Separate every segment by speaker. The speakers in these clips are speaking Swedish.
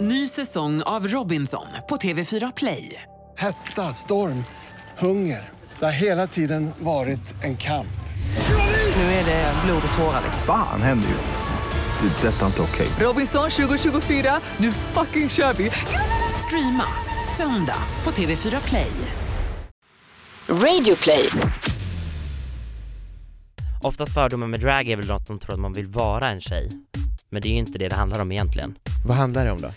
Speaker 1: Ny säsong av Robinson på TV4 Play.
Speaker 2: Hetta, storm, hunger. Det har hela tiden varit en kamp.
Speaker 1: Nu är det blod och tårar. liksom.
Speaker 3: Fan händer just nu. Det. är Detta är inte okej.
Speaker 1: Robinson 2024, nu fucking kör vi! Streama söndag på TV4 Play.
Speaker 4: Radio play.
Speaker 5: Oftast fördomen med drag är väl något som tror att man vill vara en tjej. Men det är ju inte det det handlar om egentligen.
Speaker 6: Vad handlar det om då?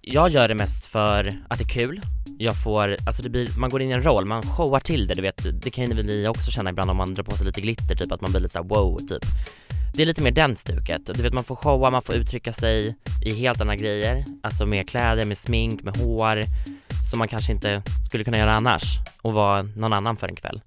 Speaker 5: Jag gör det mest för att det är kul. Jag får, alltså det blir, man går in i en roll, man showar till det, du vet. Det kan ju ni också känna ibland om man drar på sig lite glitter, typ att man blir lite såhär wow, typ. Det är lite mer den stuket. Du vet man får showa, man får uttrycka sig i helt andra grejer. Alltså med kläder, med smink, med hår. Som man kanske inte skulle kunna göra annars. Och vara någon annan för en kväll.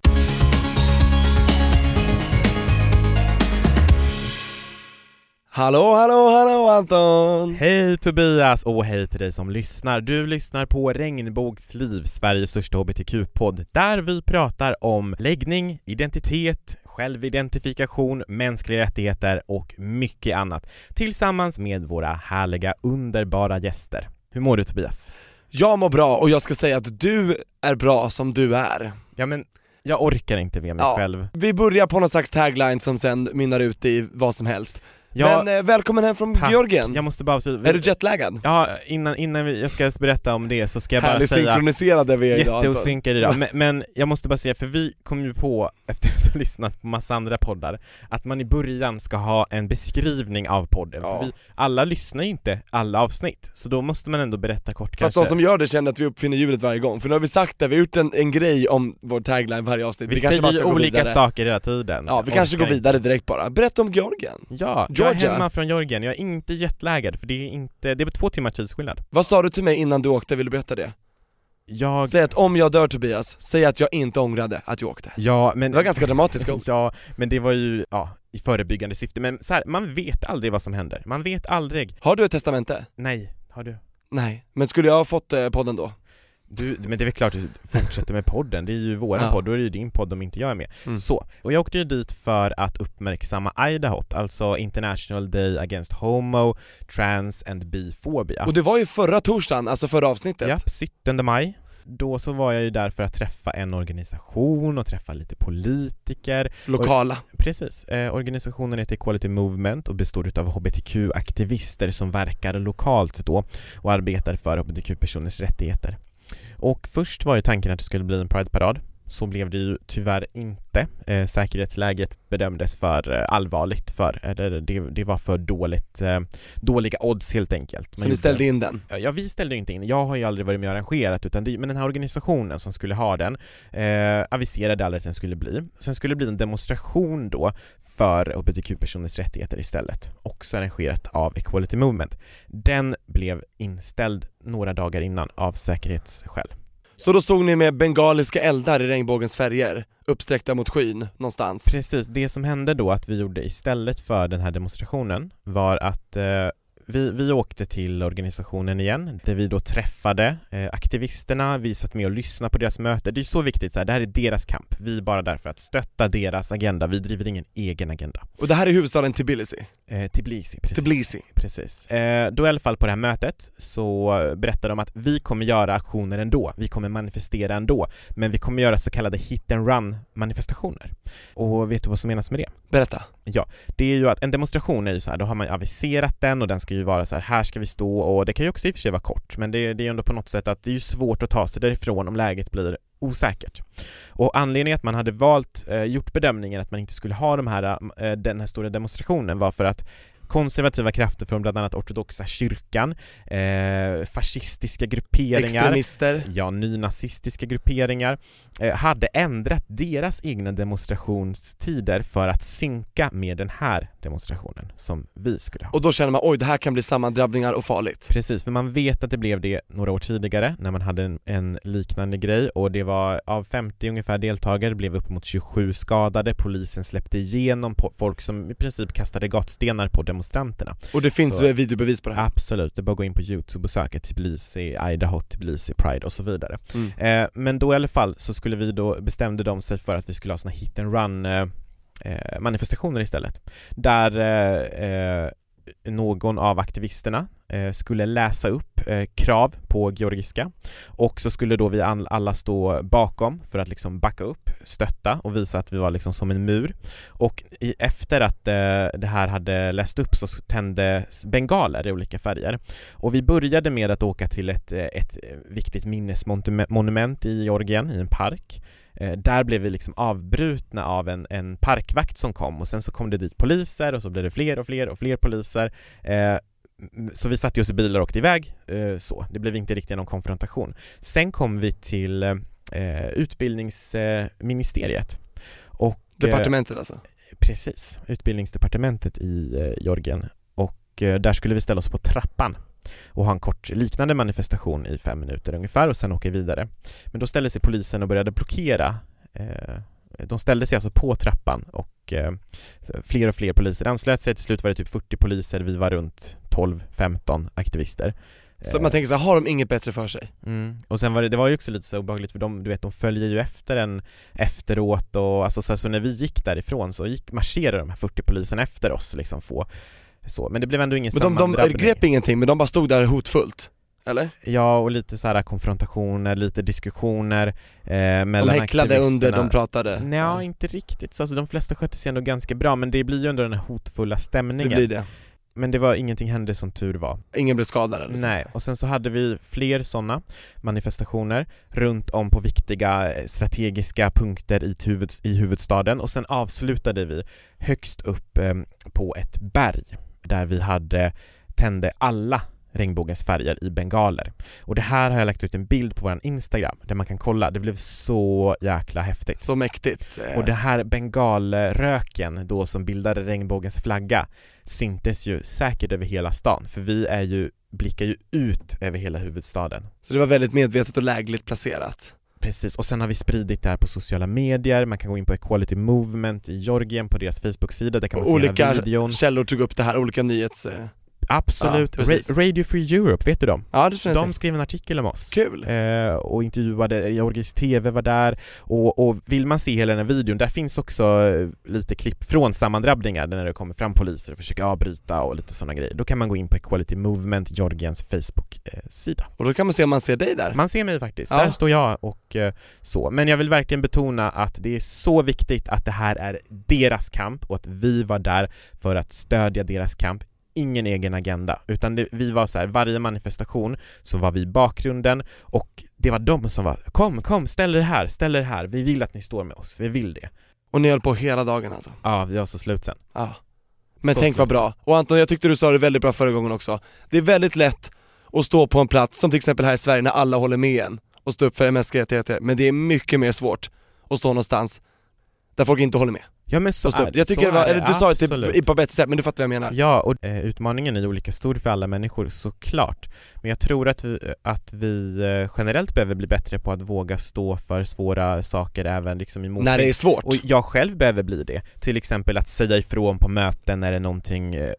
Speaker 6: Hallå, hallå, hallå Anton!
Speaker 7: Hej Tobias och hej till dig som lyssnar. Du lyssnar på Regnbågsliv, Sveriges största hbtq-podd, där vi pratar om läggning, identitet, självidentifikation, mänskliga rättigheter och mycket annat tillsammans med våra härliga, underbara gäster. Hur mår du Tobias?
Speaker 6: Jag mår bra och jag ska säga att du är bra som du är.
Speaker 7: Ja men, jag orkar inte med mig själv.
Speaker 6: Vi börjar på någon slags tagline som sen mynnar ut i vad som helst.
Speaker 7: Jag,
Speaker 6: Men eh, välkommen hem från
Speaker 7: tack.
Speaker 6: Georgien.
Speaker 7: Jag måste bara avsluta.
Speaker 6: Är du jetlaggad?
Speaker 7: Ja, innan, innan vi, jag ska berätta om det så ska jag bara
Speaker 6: Härligt
Speaker 7: säga
Speaker 6: synkroniserade vi är idag Anton.
Speaker 7: Jätteosynkade idag, men, men jag måste bara säga, för vi kom ju på, efter att ha lyssnat på massa andra poddar, att man i början ska ha en beskrivning av podden,
Speaker 6: Ja.
Speaker 7: för vi, alla lyssnar ju inte alla avsnitt, så då måste man ändå berätta kort
Speaker 6: Fast
Speaker 7: kanske
Speaker 6: de som gör det känner att vi uppfinner hjulet varje gång, för nu har vi sagt det, vi har gjort en, en grej om vår tagline varje avsnitt
Speaker 7: Vi,
Speaker 6: kanske bara
Speaker 7: säger
Speaker 6: ska
Speaker 7: ju
Speaker 6: gå
Speaker 7: olika
Speaker 6: vidare.
Speaker 7: saker hela tiden
Speaker 6: Ja, vi
Speaker 7: Jag
Speaker 6: kanske går
Speaker 7: orkar inte.
Speaker 6: vidare direkt bara. Berätta om Georgien.
Speaker 7: Ja, jag
Speaker 6: Georgia.
Speaker 7: är hemma från Georgien, jag är inte jetlaggad för det är inte, det är två timmar tidsskillnad
Speaker 6: Vad sa du till mig innan du åkte, vill du berätta det?
Speaker 7: Jag,
Speaker 6: Säg att om jag dör Tobias, säg att jag inte ångrade att jag åkte.
Speaker 7: ja men
Speaker 6: Det var ganska dramatiskt ord.
Speaker 7: Ja, men det var ju, ja, i förebyggande syfte, men så här, man vet aldrig vad som händer, man vet aldrig,
Speaker 6: Har du ett testamente?
Speaker 7: nej, har du?
Speaker 6: Nej. Men skulle jag ha fått eh, podden då?
Speaker 7: Du, men det är väl klart du fortsätter med podden, det är ju våran
Speaker 6: Ja.
Speaker 7: podd, då är det ju din podd om inte jag är med.
Speaker 6: Mm.
Speaker 7: Så, och jag åkte ju dit för att uppmärksamma Idaho, alltså International Day Against Homo, Trans and Biphobia.
Speaker 6: Och det var ju förra torsdagen, alltså förra avsnittet.
Speaker 7: Japp, 17 maj. Då så var jag ju där för att träffa en organisation och träffa lite politiker.
Speaker 6: Lokala.
Speaker 7: Precis, eh, organisationen heter Equality Movement och består utav hbtq-aktivister som verkar lokalt då och arbetar för hbtq-personers rättigheter. Och först var ju tanken att det skulle bli en Pride-parad. Så blev det ju tyvärr inte. Eh, säkerhetsläget bedömdes för eh, allvarligt för, eller det, det var för dåligt, eh, dåliga odds helt enkelt.
Speaker 6: Så ni ställde in den.
Speaker 7: Ja, vi ställde ju inte in. Jag har ju aldrig varit med och arrangerat, utan det, men den här organisationen som skulle ha den eh, aviserade aldrig att den skulle bli. Sen skulle det bli en demonstration då för hbtq-personers rättigheter istället, också arrangerat av Equality Movement. Den blev inställd några dagar innan av säkerhetsskäl.
Speaker 6: Så då stod ni med bengaliska eldar i regnbågens färger, uppsträckta mot skyn någonstans.
Speaker 7: Precis, det som hände då att vi gjorde istället för den här demonstrationen var att eh, vi, vi åkte till organisationen igen, där vi då träffade eh, aktivisterna, vi satt med och lyssnade på deras möte. Det är så viktigt, så här, det här är deras kamp. Vi är bara där för att stötta deras agenda, vi driver ingen egen agenda.
Speaker 6: Och det här är huvudstaden Tbilisi.
Speaker 7: Eh, Tbilisi, precis.
Speaker 6: Tbilisi.
Speaker 7: Precis. Eh, då i alla fall på det här mötet så berättade de att vi kommer göra aktioner ändå, vi kommer manifestera ändå, men vi kommer göra så kallade hit and run manifestationer. Och vet du vad som menas med det?
Speaker 6: Berätta.
Speaker 7: det är ju att en demonstration är ju så här, då har man ju aviserat den och den ska ju vara så här, här ska vi stå och det kan ju också i och för sig vara kort men det, det är ju ändå på något sätt att det är ju svårt att ta sig därifrån om läget blir osäkert. Och anledningen att man hade valt, eh, gjort bedömningen att man inte skulle ha de här, eh, den här stora demonstrationen var för att konservativa krafter från bland annat ortodoxa kyrkan, eh, fascistiska grupperingar,
Speaker 6: Extremister.
Speaker 7: ja, nynazistiska grupperingar eh, hade ändrat deras egna demonstrationstider för att synka med den här demonstrationen som vi skulle ha.
Speaker 6: Och då känner man oj, det här kan bli sammandrabbningar och farligt.
Speaker 7: Precis, för man vet att det blev det några år tidigare när man hade en, en liknande grej och det var av 50 ungefär deltagare det blev uppemot 27 skadade, polisen släppte igenom på folk som i princip kastade gatstenar på demonstranterna.
Speaker 6: Och det finns
Speaker 7: Så-
Speaker 6: videobevis på det här.
Speaker 7: Absolut, det är bara att gå in på youtube och söka Tbilisi, Idaho, Tbilisi Pride och så vidare.
Speaker 6: Mm.
Speaker 7: Eh, men då i alla fall så skulle vi då, bestämde de sig för att vi skulle ha såna hit and run eh, eh, manifestationer istället. Där eh, eh, någon av aktivisterna eh, skulle läsa upp eh, krav på georgiska och så skulle då vi all- alla stå bakom för att liksom backa upp, stötta och visa att vi var liksom som en mur. Och i, efter att eh, det här hade läst upp så tände bengaler i olika färger. Och vi började med att åka till ett, eh, ett eh, viktigt minnesmonument i Georgien, i en park. Eh, där blev vi liksom avbrutna av en, en parkvakt som kom och sen så kom det dit poliser och så blev det fler och fler och fler poliser. Eh, m- så vi satte oss i bilar och åkte iväg eh, så. Det blev inte riktigt någon konfrontation. Sen kom vi till eh, utbildningsministeriet och eh,
Speaker 6: Departementet alltså.
Speaker 7: Precis, utbildningsdepartementet i eh, Georgien och eh, där skulle vi ställa oss på trappan och ha en kort liknande manifestation i fem minuter ungefär och sen åka vidare. Men då ställde sig polisen och började blockera. eh, De ställde sig alltså på trappan och eh, så fler och fler poliser anslöt sig. Till slut var det typ 40 poliser, vi var runt 12-15 aktivister.
Speaker 6: Så
Speaker 7: Eh,
Speaker 6: man tänker så här, har de inget bättre för sig?
Speaker 7: Mm. Och sen var det, det var ju också lite så obehagligt för de, du vet, de följer ju efter en efteråt och alltså, så, så när vi gick därifrån så gick, marscherade de här 40 polisen efter oss liksom få så, men det blev ändå ingen
Speaker 6: Men de, de
Speaker 7: sammandrabbning.
Speaker 6: grep ingenting, men de bara stod där hotfullt? Eller?
Speaker 7: Ja, och lite så här konfrontationer, lite diskussioner eh, mellan
Speaker 6: De häcklade under,
Speaker 7: aktivisterna.
Speaker 6: de pratade?
Speaker 7: Nej, inte riktigt så, alltså, de flesta skötte sig ändå ganska bra men det blir ju ändå den här hotfulla
Speaker 6: det
Speaker 7: stämningen.
Speaker 6: blir det.
Speaker 7: Men det var ingenting hände som tur var.
Speaker 6: Ingen blev skadad eller så.
Speaker 7: Nej, och sen så hade vi fler sådana manifestationer runt om på viktiga eh, strategiska punkter i, huvud, i huvudstaden och sen avslutade vi högst upp eh, på ett berg där vi hade tände alla regnbågens färger i bengaler. Och det här har jag lagt ut en bild på vår Instagram där man kan kolla, det blev så jäkla häftigt.
Speaker 6: Så mäktigt. Eh,
Speaker 7: Och den här bengalröken då som bildade regnbågens flagga syntes ju säkert över hela stan för vi är ju, blickar ju ut över hela huvudstaden.
Speaker 6: Så det var väldigt medvetet och lägligt placerat.
Speaker 7: Precis, och sen har vi spridit det här på sociala medier, man kan gå in på Equality Movement i Georgien på deras Facebook-sida, där kan man
Speaker 6: Och
Speaker 7: se
Speaker 6: olika
Speaker 7: hela videon.
Speaker 6: källor tog upp det här, olika nyhets... eh,
Speaker 7: Absolut,
Speaker 6: Ja, precis.
Speaker 7: Ra- Radio Free Europe, vet du dem?
Speaker 6: Ja, det känner jag
Speaker 7: De
Speaker 6: till.
Speaker 7: skrev en artikel om oss.
Speaker 6: Kul!
Speaker 7: Eh, och intervjuade, Georgis TV var där och, och vill man se hela den här videon, där finns också eh, lite klipp från sammandrabbningar där när det kommer fram poliser och försöker avbryta och lite sådana grejer. Då kan man gå in på Equality Movement, eh, Georgiens Facebook-sida.
Speaker 6: Och då kan man se om man ser dig där.
Speaker 7: Man ser mig faktiskt,
Speaker 6: Ja.
Speaker 7: där står jag och eh, så. Men jag vill verkligen betona att det är så viktigt att det här är deras kamp och att vi var där för att stödja deras kamp. Ingen egen agenda, utan det, vi var så här, varje manifestation så var vi i bakgrunden och det var de som var kom, kom, ställ er här, ställ er här, vi vill att ni står med oss, vi vill det.
Speaker 6: Och ni höll på hela dagen alltså.
Speaker 7: Ja, vi var så slut sen.
Speaker 6: Ja. Men
Speaker 7: Så
Speaker 6: tänk vad
Speaker 7: slut.
Speaker 6: bra. Och Anton, jag tyckte du sa det väldigt bra förra gången också. Det är väldigt lätt att stå på en plats, som till exempel här i Sverige när alla håller med en och stå upp för mänskliga rättigheter. Men det är mycket mer svårt att stå någonstans där folk inte håller med.
Speaker 7: Ja men så
Speaker 6: Och stå
Speaker 7: är
Speaker 6: upp.
Speaker 7: det.
Speaker 6: Jag tycker
Speaker 7: så
Speaker 6: det var,
Speaker 7: är
Speaker 6: eller du sa det
Speaker 7: absolut.
Speaker 6: typ, i- på ett bättre sätt, men du fattar vad jag menar.
Speaker 7: Ja, och eh, utmaningen är ju olika stor för alla människor såklart. Men jag tror att vi, att vi eh, generellt behöver bli bättre på att våga stå för svåra saker även liksom i motvind.
Speaker 6: När det är svårt.
Speaker 7: Och jag själv behöver bli det. Till exempel att säga ifrån på möten när det är någonting eh,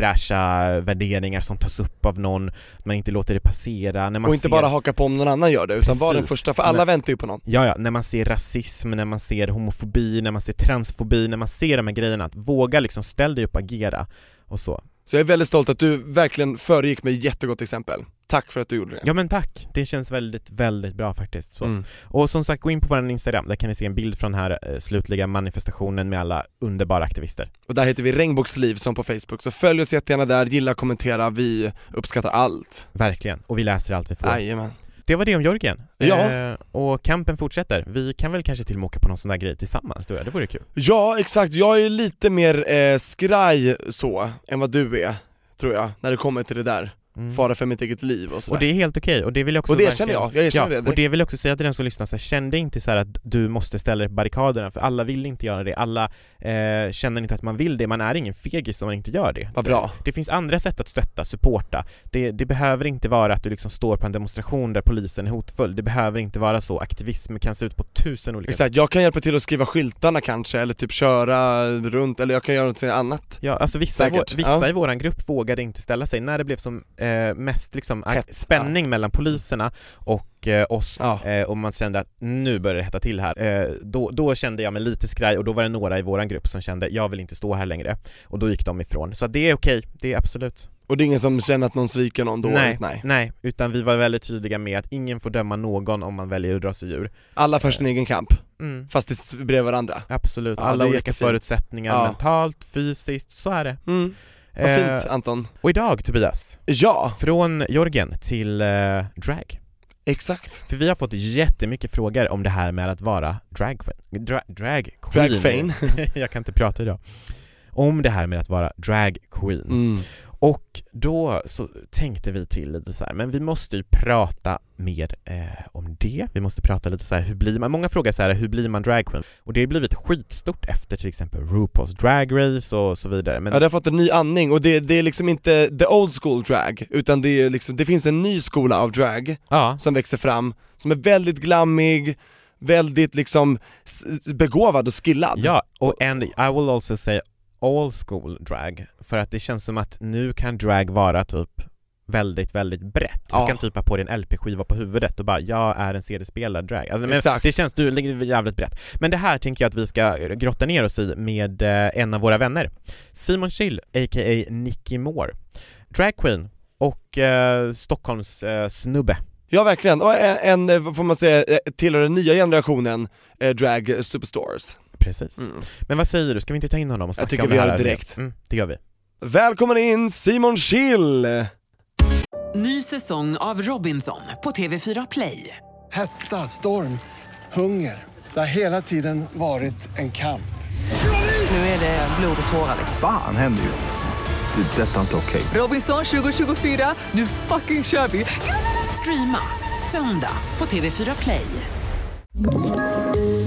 Speaker 7: ofräscha värderingar som tas upp av någon, att man inte låter det passera. När man
Speaker 6: och inte
Speaker 7: ser...
Speaker 6: bara haka på om någon annan gör det, utan vara den
Speaker 7: Precis.
Speaker 6: första, för alla
Speaker 7: Men-
Speaker 6: väntar ju på någon.
Speaker 7: Ja, ja, när man ser rasism, när man ser homofobi, när man ser transfobi, när man ser de här grejerna, att våga liksom ställ dig upp och agera och så.
Speaker 6: Så jag är väldigt stolt att du verkligen föregick med jättegott exempel. Tack för att du gjorde det.
Speaker 7: Ja men tack, det känns väldigt, väldigt bra faktiskt. Så.
Speaker 6: Mm.
Speaker 7: Och som sagt, gå in på vår Instagram, där kan ni se en bild från den här eh, slutliga manifestationen med alla underbara aktivister.
Speaker 6: Och där heter vi Regnbågsliv som på Facebook, så följ oss jättegärna där, gilla, kommentera, vi uppskattar allt.
Speaker 7: Verkligen, och vi läser allt vi får.
Speaker 6: Jajamän.
Speaker 7: Det var det om Jörgen.
Speaker 6: Ja.
Speaker 7: Eh, och kampen fortsätter. Vi kan väl kanske till och med åka på någon sån där grej tillsammans, du och jag. det vore kul.
Speaker 6: Ja, exakt. Jag är lite mer eh, skraj så, än vad du är, tror jag, när det kommer till det där.
Speaker 7: Mm.
Speaker 6: Fara för mitt eget liv och sådär.
Speaker 7: Och det är helt okej, och det vill jag också
Speaker 6: och det
Speaker 7: verkligen-
Speaker 6: erkänner jag, jag erkänner det
Speaker 7: Ja, och det vill jag också säga till den som lyssnar, så här, känn dig inte så här att du måste ställa dig på barrikaderna, för alla vill inte göra det, alla eh, känner inte att man vill det, man är ingen fegis om man inte gör det.
Speaker 6: Vad bra.
Speaker 7: Det finns andra sätt att stötta, supporta. Det, det behöver inte vara att du liksom står på en demonstration där polisen är hotfull, det behöver inte vara så, aktivism kan se ut på tusen olika sätt.
Speaker 6: Exakt, jag kan hjälpa till att skriva skyltarna kanske, eller typ köra runt, eller jag kan göra något annat.
Speaker 7: Ja, alltså vissa, i vår,
Speaker 6: Säkert,
Speaker 7: vissa
Speaker 6: ja.
Speaker 7: i våran grupp vågade inte ställa sig när det blev som eh, mest liksom ak-
Speaker 6: Hett,
Speaker 7: spänning mellan poliserna och eh, oss
Speaker 6: Ja.
Speaker 7: eh, och man kände att nu börjar det hetta till här. Eh, då, då kände jag mig lite skraj och då var det några i våran grupp som kände jag vill inte stå här längre och då gick de ifrån. Så att det är okej, det är absolut.
Speaker 6: Och det är ingen som känner att någon sviker någon dåligt?
Speaker 7: nej,
Speaker 6: Nej.
Speaker 7: nej. utan vi var väldigt tydliga med att ingen får döma någon om man väljer att dra sig ur.
Speaker 6: Alla för sin egen kamp,
Speaker 7: Mm.
Speaker 6: fast det s- bredvid varandra.
Speaker 7: Absolut,
Speaker 6: Ja, det
Speaker 7: alla
Speaker 6: är
Speaker 7: olika
Speaker 6: jättefint.
Speaker 7: förutsättningar
Speaker 6: Ja.
Speaker 7: mentalt, fysiskt, så är det. Eh,
Speaker 6: Mm. Vad fint Anton.
Speaker 7: och idag Tobias,
Speaker 6: Ja,
Speaker 7: från Jorgen till eh, drag.
Speaker 6: exakt.
Speaker 7: För vi har fått jättemycket frågor om det här med att vara drag, dra, drag queen.
Speaker 6: Drag Fane.
Speaker 7: Jag kan inte prata idag. Om det här med att vara drag queen.
Speaker 6: Mm.
Speaker 7: Och då så tänkte vi till lite så här, men vi måste ju prata mer eh, om det. Vi måste prata lite så här, hur blir man? Många frågar så här, hur blir man dragqueen? Och det har blivit skitstort efter till exempel RuPaul's Drag Race och så vidare. Men
Speaker 6: Ja, det har fått en ny andning och det, det är liksom inte the old school drag, utan det, är liksom, det finns en ny skola av drag
Speaker 7: ja,
Speaker 6: som växer fram, som är väldigt glammig, väldigt liksom s- begåvad och skillad.
Speaker 7: ja, och and I will also say all school drag, för att det känns som att nu kan drag vara typ väldigt, väldigt brett. Du
Speaker 6: Ja.
Speaker 7: kan typ ha på dig en LP-skiva på huvudet och bara “jag är en CD-spelare drag”. Alltså, men
Speaker 6: Exakt.
Speaker 7: Det känns du ligger jävligt brett. Men det här tänker jag att vi ska grotta ner oss i med eh, en av våra vänner. Simon Chill, a.k.a. Nicky Moore. Drag queen och eh, Stockholms eh, snubbe.
Speaker 6: Ja verkligen, och en, en eh, vad får man säga, eh, tillhör den nya generationen eh, drag superstars.
Speaker 7: Precis. Men vad säger du, ska vi inte ta in honom och snacka
Speaker 6: Mm. tycker
Speaker 7: om
Speaker 6: vi
Speaker 7: det här?
Speaker 6: gör det direkt.
Speaker 7: Mm, det gör vi.
Speaker 6: Välkommen in Simon Schill!
Speaker 1: Ny säsong av Robinson på TV4 Play.
Speaker 2: Hetta, storm, hunger. Det har hela tiden varit en kamp.
Speaker 1: Nu är det blod och tårar. liksom.
Speaker 3: Fan händer just nu. Det. är Detta är inte okej.
Speaker 1: Robinson 2024, nu fucking kör vi! Streama söndag på TV4 Play.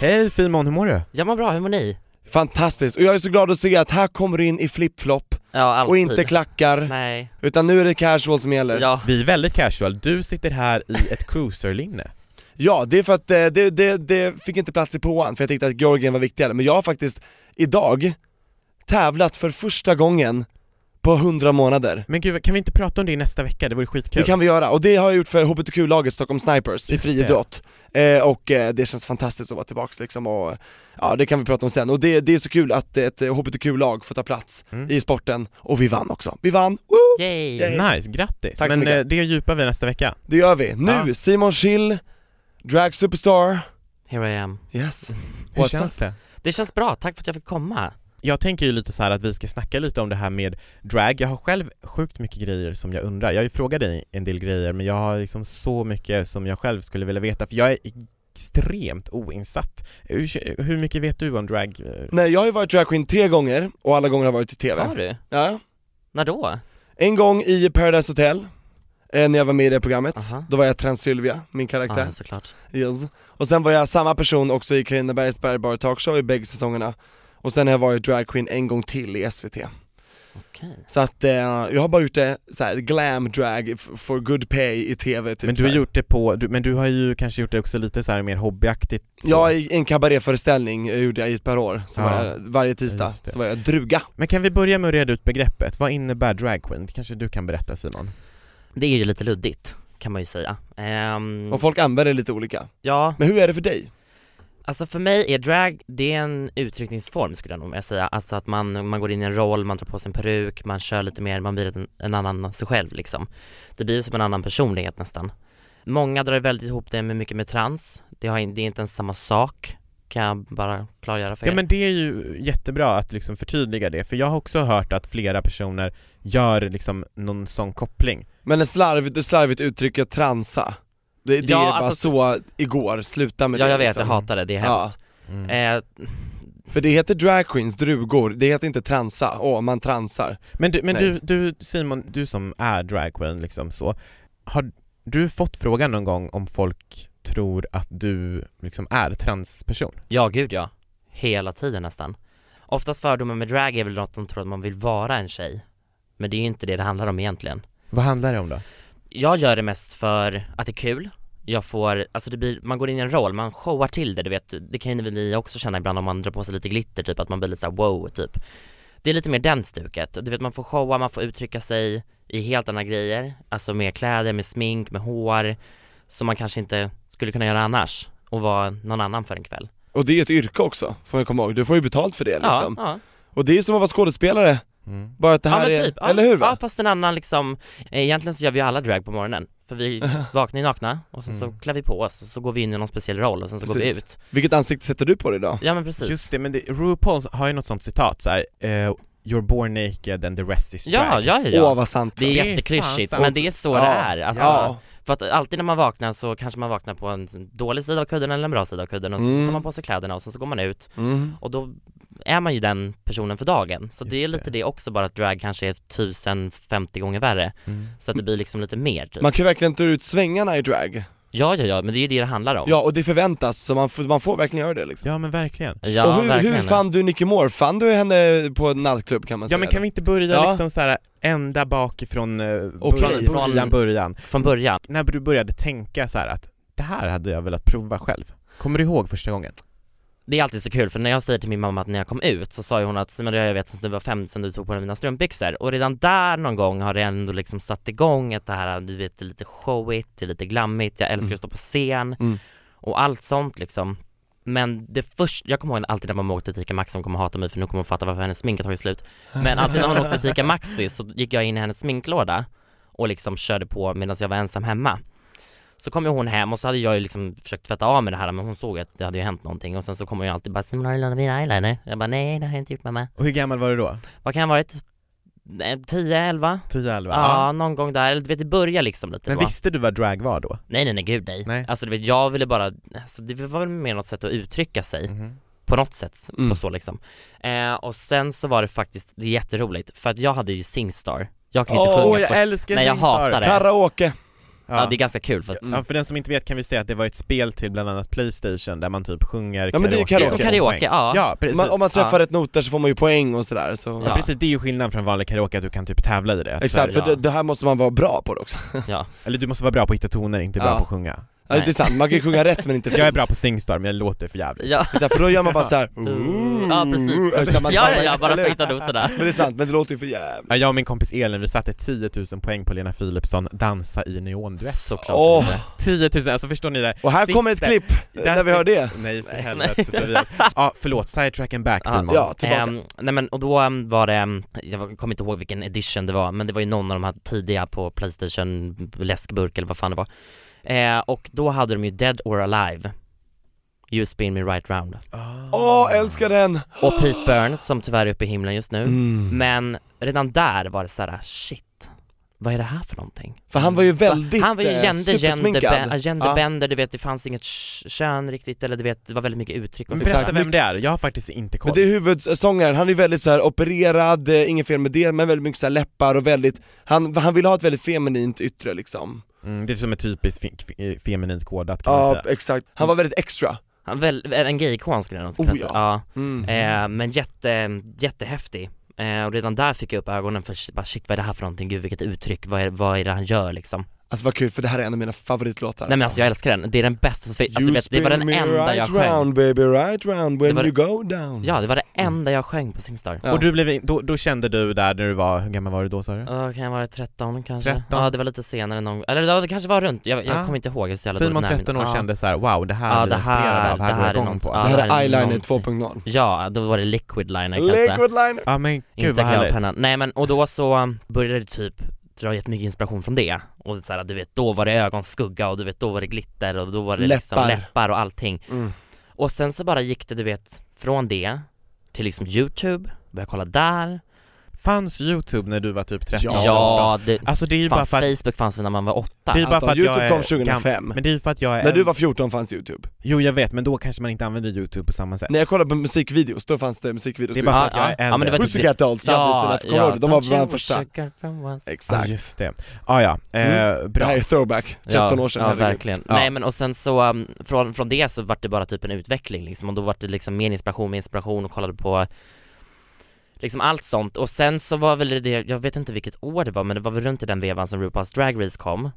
Speaker 7: Hej Simon, hur mår du?
Speaker 5: Jag mår bra, hur mår ni?
Speaker 6: Fantastiskt, och jag är så glad att se att här kommer du in i flipflop
Speaker 5: Ja, alltid.
Speaker 6: och inte klackar,
Speaker 5: Nej.
Speaker 6: utan nu är det casual som gäller.
Speaker 5: Ja.
Speaker 7: Vi är väldigt casual, du sitter här i ett cruiserlinne.
Speaker 6: Ja, det är för att eh, det, det, det fick inte plats i påan för jag tyckte att Georgien var viktigare, men jag har faktiskt idag tävlat för första gången på 100 månader.
Speaker 7: Men gud, kan vi inte prata om det nästa vecka? Det vore skitkul.
Speaker 6: Det kan vi göra, och det har jag gjort för HBTQ-laget Stockholm Snipers i
Speaker 7: Just det.
Speaker 6: friidrott. Eh, och eh, det känns fantastiskt att vara tillbaks liksom och ja, det kan vi prata om sen. Och det, det är så kul att ett eh, HBTQ-lag får ta plats
Speaker 7: Mm.
Speaker 6: i sporten, och vi vann också. Vi vann, Woo!
Speaker 5: Yay.
Speaker 6: Yay.
Speaker 7: Nice, grattis!
Speaker 6: Tack så
Speaker 7: Men
Speaker 6: mycket.
Speaker 7: eh, det djupar vi nästa vecka.
Speaker 6: Det gör vi. Nu,
Speaker 7: Ja.
Speaker 6: Simon Schill, drag superstar.
Speaker 5: Here I am.
Speaker 6: Yes.
Speaker 7: Hur
Speaker 6: What's
Speaker 7: känns det?
Speaker 5: Det känns bra, tack för att jag fick komma.
Speaker 7: Jag tänker ju lite så här att vi ska snacka lite om det här med drag. Jag har själv sjukt mycket grejer som jag undrar. Jag har ju frågat dig en del grejer men jag har liksom så mycket som jag själv skulle vilja veta för jag är extremt oinsatt. Hur, hur mycket vet du om drag?
Speaker 6: Nej, jag har ju varit dragqueen tre gånger, och alla gånger har jag varit i TV.
Speaker 5: Har du?
Speaker 6: Ja.
Speaker 5: När då?
Speaker 6: En gång i Paradise Hotel, eh, när jag var med i det programmet,
Speaker 5: Aha.
Speaker 6: då var jag Transylvia, min
Speaker 7: Ah,
Speaker 6: karaktär.
Speaker 5: Ja, såklart.
Speaker 6: Yes. Och sen var jag samma person också i Carina Bergs Bergbar Talkshow i bägge säsongerna. Och sen har jag varit dragqueen en gång till i SVT.
Speaker 5: Okej.
Speaker 6: Så att eh, jag har bara gjort det så här, glam drag f- for good pay i TV typ
Speaker 7: men du
Speaker 6: så
Speaker 7: har
Speaker 6: här.
Speaker 7: gjort det på, du, men du har ju kanske gjort det också lite så här mer hobbyaktigt. så.
Speaker 6: Ja,
Speaker 7: Ah.
Speaker 6: i en kabaréföreställning eh, gjorde jag i ett par år, så
Speaker 7: Ja.
Speaker 6: var jag, varje tisdag
Speaker 7: Just det.
Speaker 6: så var jag druga.
Speaker 7: Men kan vi börja med att reda ut begreppet? Vad innebär drag queen? Det kanske du kan berätta Simon?
Speaker 5: Det är ju lite luddigt, kan man ju säga.
Speaker 7: Mm.
Speaker 5: Ehm,
Speaker 6: Och folk använder det lite olika.
Speaker 5: ja,
Speaker 6: Men hur är det för dig?
Speaker 5: alltså för mig är drag, det är en uttryckningsform skulle jag nog vilja säga. Alltså att man, man går in i en roll, man tar på sig en peruk, man kör lite mer, man blir en, en annan sig själv liksom. Det blir ju som en annan personlighet nästan. Många drar väldigt ihop det med mycket med trans. Det, har, in- det är inte ens samma sak, kan jag bara klargöra för
Speaker 7: Ja
Speaker 5: er.
Speaker 7: men det är ju jättebra att liksom förtydliga det, för jag har också hört att flera personer gör liksom någon sån koppling.
Speaker 6: Men det slarvigt, det slarvigt uttrycket transa, det, det
Speaker 5: Ja,
Speaker 6: är bara
Speaker 5: alltså-
Speaker 6: så igår, sluta med
Speaker 5: Ja
Speaker 6: det
Speaker 5: jag vet,
Speaker 6: liksom.
Speaker 5: jag hatar det, det är
Speaker 6: Ja.
Speaker 5: hemskt.
Speaker 7: Mm.
Speaker 5: Eh,
Speaker 6: För det heter drag queens, drugor, det heter inte transa, åh man transar.
Speaker 7: Men, du, men
Speaker 6: Nej.
Speaker 7: du, du Simon, du som är dragqueen liksom så, har du fått frågan någon gång om folk tror att du liksom är transperson?
Speaker 5: Ja, gud ja. Hela tiden nästan. Oftast fördomar med drag är väl något de tror att man vill vara en tjej. Men det är ju inte det det handlar om egentligen.
Speaker 7: Vad handlar det om då?
Speaker 5: Jag gör det mest för att det är kul. Jag får, alltså det blir, man går in i en roll, man showar till det, du vet. Det kan ju ni också känna ibland om man drar på sig lite glitter, typ att man blir lite såhär wow, typ. Det är lite mer den stuket. Du vet, man får showa, man får uttrycka sig i helt andra grejer. Alltså med kläder, med smink, med hår. Som man kanske inte skulle kunna göra annars. Och vara någon annan för en kväll.
Speaker 6: Och det är ett yrke också, får man komma ihåg, du får ju betalt för det liksom.
Speaker 5: Ja, ja.
Speaker 6: Och det är ju som att vara skådespelare,
Speaker 7: Mm.
Speaker 6: bara att det här
Speaker 5: ja,
Speaker 6: är,
Speaker 5: men typ. ja,
Speaker 6: eller hur va?
Speaker 5: Ja fast en annan liksom, eh, egentligen så gör vi ju alla drag på morgonen För vi vaknar ju nakna och sen så
Speaker 7: Mm.
Speaker 5: klär vi på oss och så går vi in i någon speciell roll och sen så går vi
Speaker 6: Precis.
Speaker 5: ut
Speaker 6: Vilket ansikte sätter du på dig idag?
Speaker 5: Ja men precis
Speaker 7: Just det, men det, RuPaul har ju något sånt citat såhär, eh, You're born naked and the rest is drag.
Speaker 5: Ja, ja, ja,
Speaker 6: Åh
Speaker 5: ja.
Speaker 6: vad sant!
Speaker 5: Det
Speaker 7: Det
Speaker 5: är
Speaker 7: är fan
Speaker 5: jätteklyschigt
Speaker 7: sant.
Speaker 5: men det är så det är alltså,
Speaker 6: ja.
Speaker 5: För att alltid när man vaknar så kanske man vaknar på en dålig sida av kudden eller en bra sida av kudden och så
Speaker 6: Mm.
Speaker 5: tar man på sig kläderna och sen så går man ut
Speaker 6: Mm.
Speaker 5: och då är man ju den personen för dagen. Så det
Speaker 7: Just
Speaker 5: är lite
Speaker 7: det.
Speaker 5: det också bara att drag kanske är 1050 gånger värre.
Speaker 7: Mm.
Speaker 5: Så att det blir liksom lite mer typ.
Speaker 6: Man kan ju verkligen ta ut svängarna i drag,
Speaker 5: Ja ja ja, men det är ju det det handlar om.
Speaker 6: ja och det förväntas, så man får, man får verkligen göra det liksom.
Speaker 7: Ja men verkligen.
Speaker 5: Ja,
Speaker 6: och hur, hur
Speaker 5: verkligen.
Speaker 6: fann du Nicky Moore? Fann du henne på en nattklubb kan man säga?
Speaker 7: Ja men kan vi inte börja
Speaker 6: Ja.
Speaker 7: liksom såhär ända bakifrån eh,
Speaker 6: Okej.
Speaker 7: början, början,
Speaker 5: Från-
Speaker 7: början?
Speaker 5: Från början.
Speaker 7: När du började tänka så här att det här hade jag velat prova själv. Kommer du ihåg första gången?
Speaker 5: Det är alltid så kul för när jag säger till min mamma att när jag kom ut så sa ju hon att Simon det har jag vetat sen du var fem sen du tog på dig mina strumpbyxor och redan där någon gång har det ändå liksom satt igång att det här du vet det är lite showigt, det är lite glammigt, jag älskar att stå på scen
Speaker 6: Mm.
Speaker 5: och allt sånt liksom men det först, jag kommer ihåg alltid när mamma åkte till Ica Maxi, hon kommer hata mig för nu kommer hon fatta varför hennes smink har tagit slut Men alltid när hon åkte till Ica Maxi så gick jag in i hennes sminklåda och liksom körde på medan jag var ensam hemma så kom ju hon hem och så hade jag ju liksom försökt tvätta av mig det här men hon såg att det hade ju hänt någonting och sen så kom hon ju alltid bara 'Simon har du lånat min eyeliner?' Jag bara 'Nej det har jag inte gjort mamma'
Speaker 7: Och hur gammal var du då?
Speaker 5: Vad kan jag ha varit? Eh, 10, 11?
Speaker 7: 10, 11?
Speaker 5: Ja, någon gång där, eller du vet det börjar liksom lite
Speaker 7: Men
Speaker 5: då.
Speaker 7: visste du vad drag var då?
Speaker 5: Nej nej nej gud nej.
Speaker 7: Nej.
Speaker 5: Alltså du vet jag ville bara, alltså, det var väl mer något sätt att uttrycka sig
Speaker 7: Mhm.
Speaker 5: på något sätt,
Speaker 6: Mm.
Speaker 5: på så liksom. Eh, och sen så var det faktiskt, det är jätteroligt, för att jag hade ju Singstar, jag kan ju inte
Speaker 6: Åh,
Speaker 5: sjunga
Speaker 7: Åh,
Speaker 5: på-
Speaker 7: jag älskar
Speaker 5: Nej, jag
Speaker 7: Singstar.
Speaker 5: hatar det.
Speaker 6: Karaoke!
Speaker 5: ja.
Speaker 7: Ja.
Speaker 5: det är ganska kul för att
Speaker 7: Ja, för den som inte vet kan vi säga att det var ett spel till bland annat Playstation där man typ sjunger
Speaker 6: Ja, men det är ju
Speaker 5: det är som
Speaker 6: Karaoke.
Speaker 5: karaoke, ja.
Speaker 7: Ja, precis.
Speaker 6: Man, om man träffar
Speaker 5: Ja.
Speaker 6: rätt noter så får man ju poäng och sådär så
Speaker 7: Ja, precis, det är ju skillnaden från vanlig karaoke att du kan typ tävla i det. Att
Speaker 6: Exakt,
Speaker 7: så
Speaker 6: för
Speaker 7: här,
Speaker 5: ja.
Speaker 6: det, det här måste man vara bra på också.
Speaker 7: Eller du måste vara bra på att hitta toner, inte bra
Speaker 6: Ja.
Speaker 7: på att sjunga.
Speaker 6: Ja, det är
Speaker 5: Nej.
Speaker 6: sant, man kan ju sjunga rätt men inte
Speaker 7: Jag är
Speaker 6: fint.
Speaker 7: bra på Singstar men jag låter för jävligt.
Speaker 5: Ja,
Speaker 6: Det är så här, för då gör man bara såhär
Speaker 5: ja
Speaker 7: Mm.
Speaker 5: precis,
Speaker 6: Exakt, man-
Speaker 5: ja,
Speaker 6: man-
Speaker 5: ja, ja, bara
Speaker 6: eller hur?
Speaker 5: skita noterna
Speaker 6: Men det är sant, men det låter ju för jävligt.
Speaker 7: Ja, jag och min kompis Elin, vi satte 10 000 poäng på Lena Philipsson, Dansa i neonduett.
Speaker 5: Såklart
Speaker 6: Åh.
Speaker 5: inte.
Speaker 7: 10 000, alltså förstår ni det?
Speaker 6: Och här
Speaker 7: Sitter-
Speaker 6: kommer ett klipp,
Speaker 7: där
Speaker 6: där vi hör det.
Speaker 7: Nej för helvete Tobias. Ja förlåt, sidetracken back
Speaker 5: Ja,
Speaker 7: Simon.
Speaker 6: Ja, tillbaka.
Speaker 5: Ehm, nej men och då ehm, var det, ehm, jag kommer inte ihåg vilken edition det var, men det var ju någon av de här tidiga på Playstation, läskburk eller vad fan det var. Eh, och då hade de ju Dead or Alive, You spin me right round.
Speaker 7: Ah.
Speaker 6: Åh, älskar den!
Speaker 5: Och Pete Burns som tyvärr är uppe i himlen just nu.
Speaker 6: Mm.
Speaker 5: Men redan där var det såhär, shit, vad är det här för någonting?
Speaker 6: För han var ju väldigt
Speaker 5: Mm. Han var ju
Speaker 6: eh,
Speaker 5: gender,
Speaker 6: supersminkad.
Speaker 5: gender, gender bender, du vet det fanns inget sh- kön riktigt, eller du vet det var väldigt mycket uttryck och
Speaker 7: Men
Speaker 5: så.
Speaker 7: berätta
Speaker 6: Exakt.
Speaker 7: vem det är, jag har faktiskt inte koll.
Speaker 6: Men det är huvudsångaren, han är väldigt så här opererad, eh, inget fel med det, men väldigt mycket så här läppar och väldigt, han, han vill ha ett väldigt feminint yttre liksom.
Speaker 7: mm, det är som ett typiskt fe- fe- feminint kodat kan man
Speaker 6: Ja,
Speaker 7: säga.
Speaker 6: exakt. Han var väldigt extra.
Speaker 5: Han väl, en gay-ikon skulle jag nog kunna
Speaker 6: Oh,
Speaker 5: säga.
Speaker 6: ja.
Speaker 5: Ja.
Speaker 6: Mm.
Speaker 5: Eh, men jätte, jättehäftig. Eh, och redan där fick jag upp ögonen för shit, bara, shit vad är det här för någonting, gud vilket uttryck, vad är, vad är det han gör liksom?
Speaker 6: Alltså vad kul, för det här är en av mina favoritlåtar
Speaker 5: Nej men alltså jag älskar den, det är den bästa, så- alltså,
Speaker 6: You
Speaker 5: vet, det var den
Speaker 6: spin me
Speaker 5: enda
Speaker 6: right
Speaker 5: jag sjöng
Speaker 6: round baby, right round
Speaker 5: Det
Speaker 6: when
Speaker 5: var-
Speaker 6: you go down
Speaker 5: Ja det var det enda jag sjöng på Singstar
Speaker 6: Ja.
Speaker 7: Och du blev, in- då, då kände du där när du var, hur gammal var du då sa du?
Speaker 5: Ja, kan jag vara 13 kanske?
Speaker 7: 13?
Speaker 5: Ja det var lite senare någon eller ja, det kanske var runt, jag, jag
Speaker 7: Ja.
Speaker 5: kommer inte ihåg hur så jävla
Speaker 7: Simon
Speaker 5: dåligt när-
Speaker 7: 13 år
Speaker 5: ja.
Speaker 7: kände så här: wow det här
Speaker 5: Ja,
Speaker 7: blir jag
Speaker 5: det här-
Speaker 7: inspirerad av,
Speaker 5: det
Speaker 7: här går
Speaker 5: här är
Speaker 7: jag igång
Speaker 5: något-
Speaker 7: på.
Speaker 5: ja.
Speaker 6: Det här
Speaker 5: det här är
Speaker 6: är eyeliner
Speaker 5: någonsin.
Speaker 6: 2.0
Speaker 5: Ja, då var det liquid liner kanske
Speaker 6: Liquid liner!
Speaker 7: Ja men gud
Speaker 5: inte
Speaker 7: vad
Speaker 5: crayon och
Speaker 7: härligt.
Speaker 5: penna. Nej men och då så um, började det typ dra jättemycket inspiration från det och så här, du vet då var det ögonskugga och du vet då var det glitter och då var det liksom
Speaker 6: Läppar.
Speaker 5: läppar och allting
Speaker 6: Mm.
Speaker 5: och sen så bara gick det du vet från det till liksom youtube, började kolla där
Speaker 7: Fanns YouTube när du var typ 13?
Speaker 6: Ja.
Speaker 5: Ja, det,
Speaker 7: Alltså det är ju bara
Speaker 5: fan,
Speaker 7: för att...
Speaker 5: Facebook fanns väl när man var åtta?
Speaker 7: Det är ju bara
Speaker 6: Anton,
Speaker 7: för att jag
Speaker 6: YouTube
Speaker 7: är
Speaker 6: kom 2005.
Speaker 7: gam- Men det är ju för att jag är...
Speaker 6: När du var 14 fanns Youtube.
Speaker 7: Jo jag vet, men då kanske man inte använder YouTube på samma sätt.
Speaker 6: När jag kollade på musikvideos, då fanns det musikvideos.
Speaker 7: Det är
Speaker 6: på
Speaker 7: bara
Speaker 6: YouTube.
Speaker 7: för att jag är äldre.
Speaker 5: men det var typ-
Speaker 6: Pussycat Dolls hade sina, kommer du ihåg? De var
Speaker 5: Don't
Speaker 6: bland
Speaker 5: you
Speaker 6: de första.
Speaker 5: sugar from once.
Speaker 7: Ja
Speaker 6: Exakt. Mm.
Speaker 7: just det. Ah, ja, eh,
Speaker 6: Det
Speaker 7: bra.
Speaker 6: här är throwback, 13 år sedan.
Speaker 5: Ja,
Speaker 6: herregud.
Speaker 5: verkligen.
Speaker 7: Ja.
Speaker 5: Nej men och sen så, um, från, från det så vart det bara typ en utveckling liksom och då vart det liksom mer inspiration med inspiration och kollade på liksom allt sånt och sen så var väl det, jag vet inte vilket år det var men det var väl runt i den vevan som RuPaul's Drag Race kom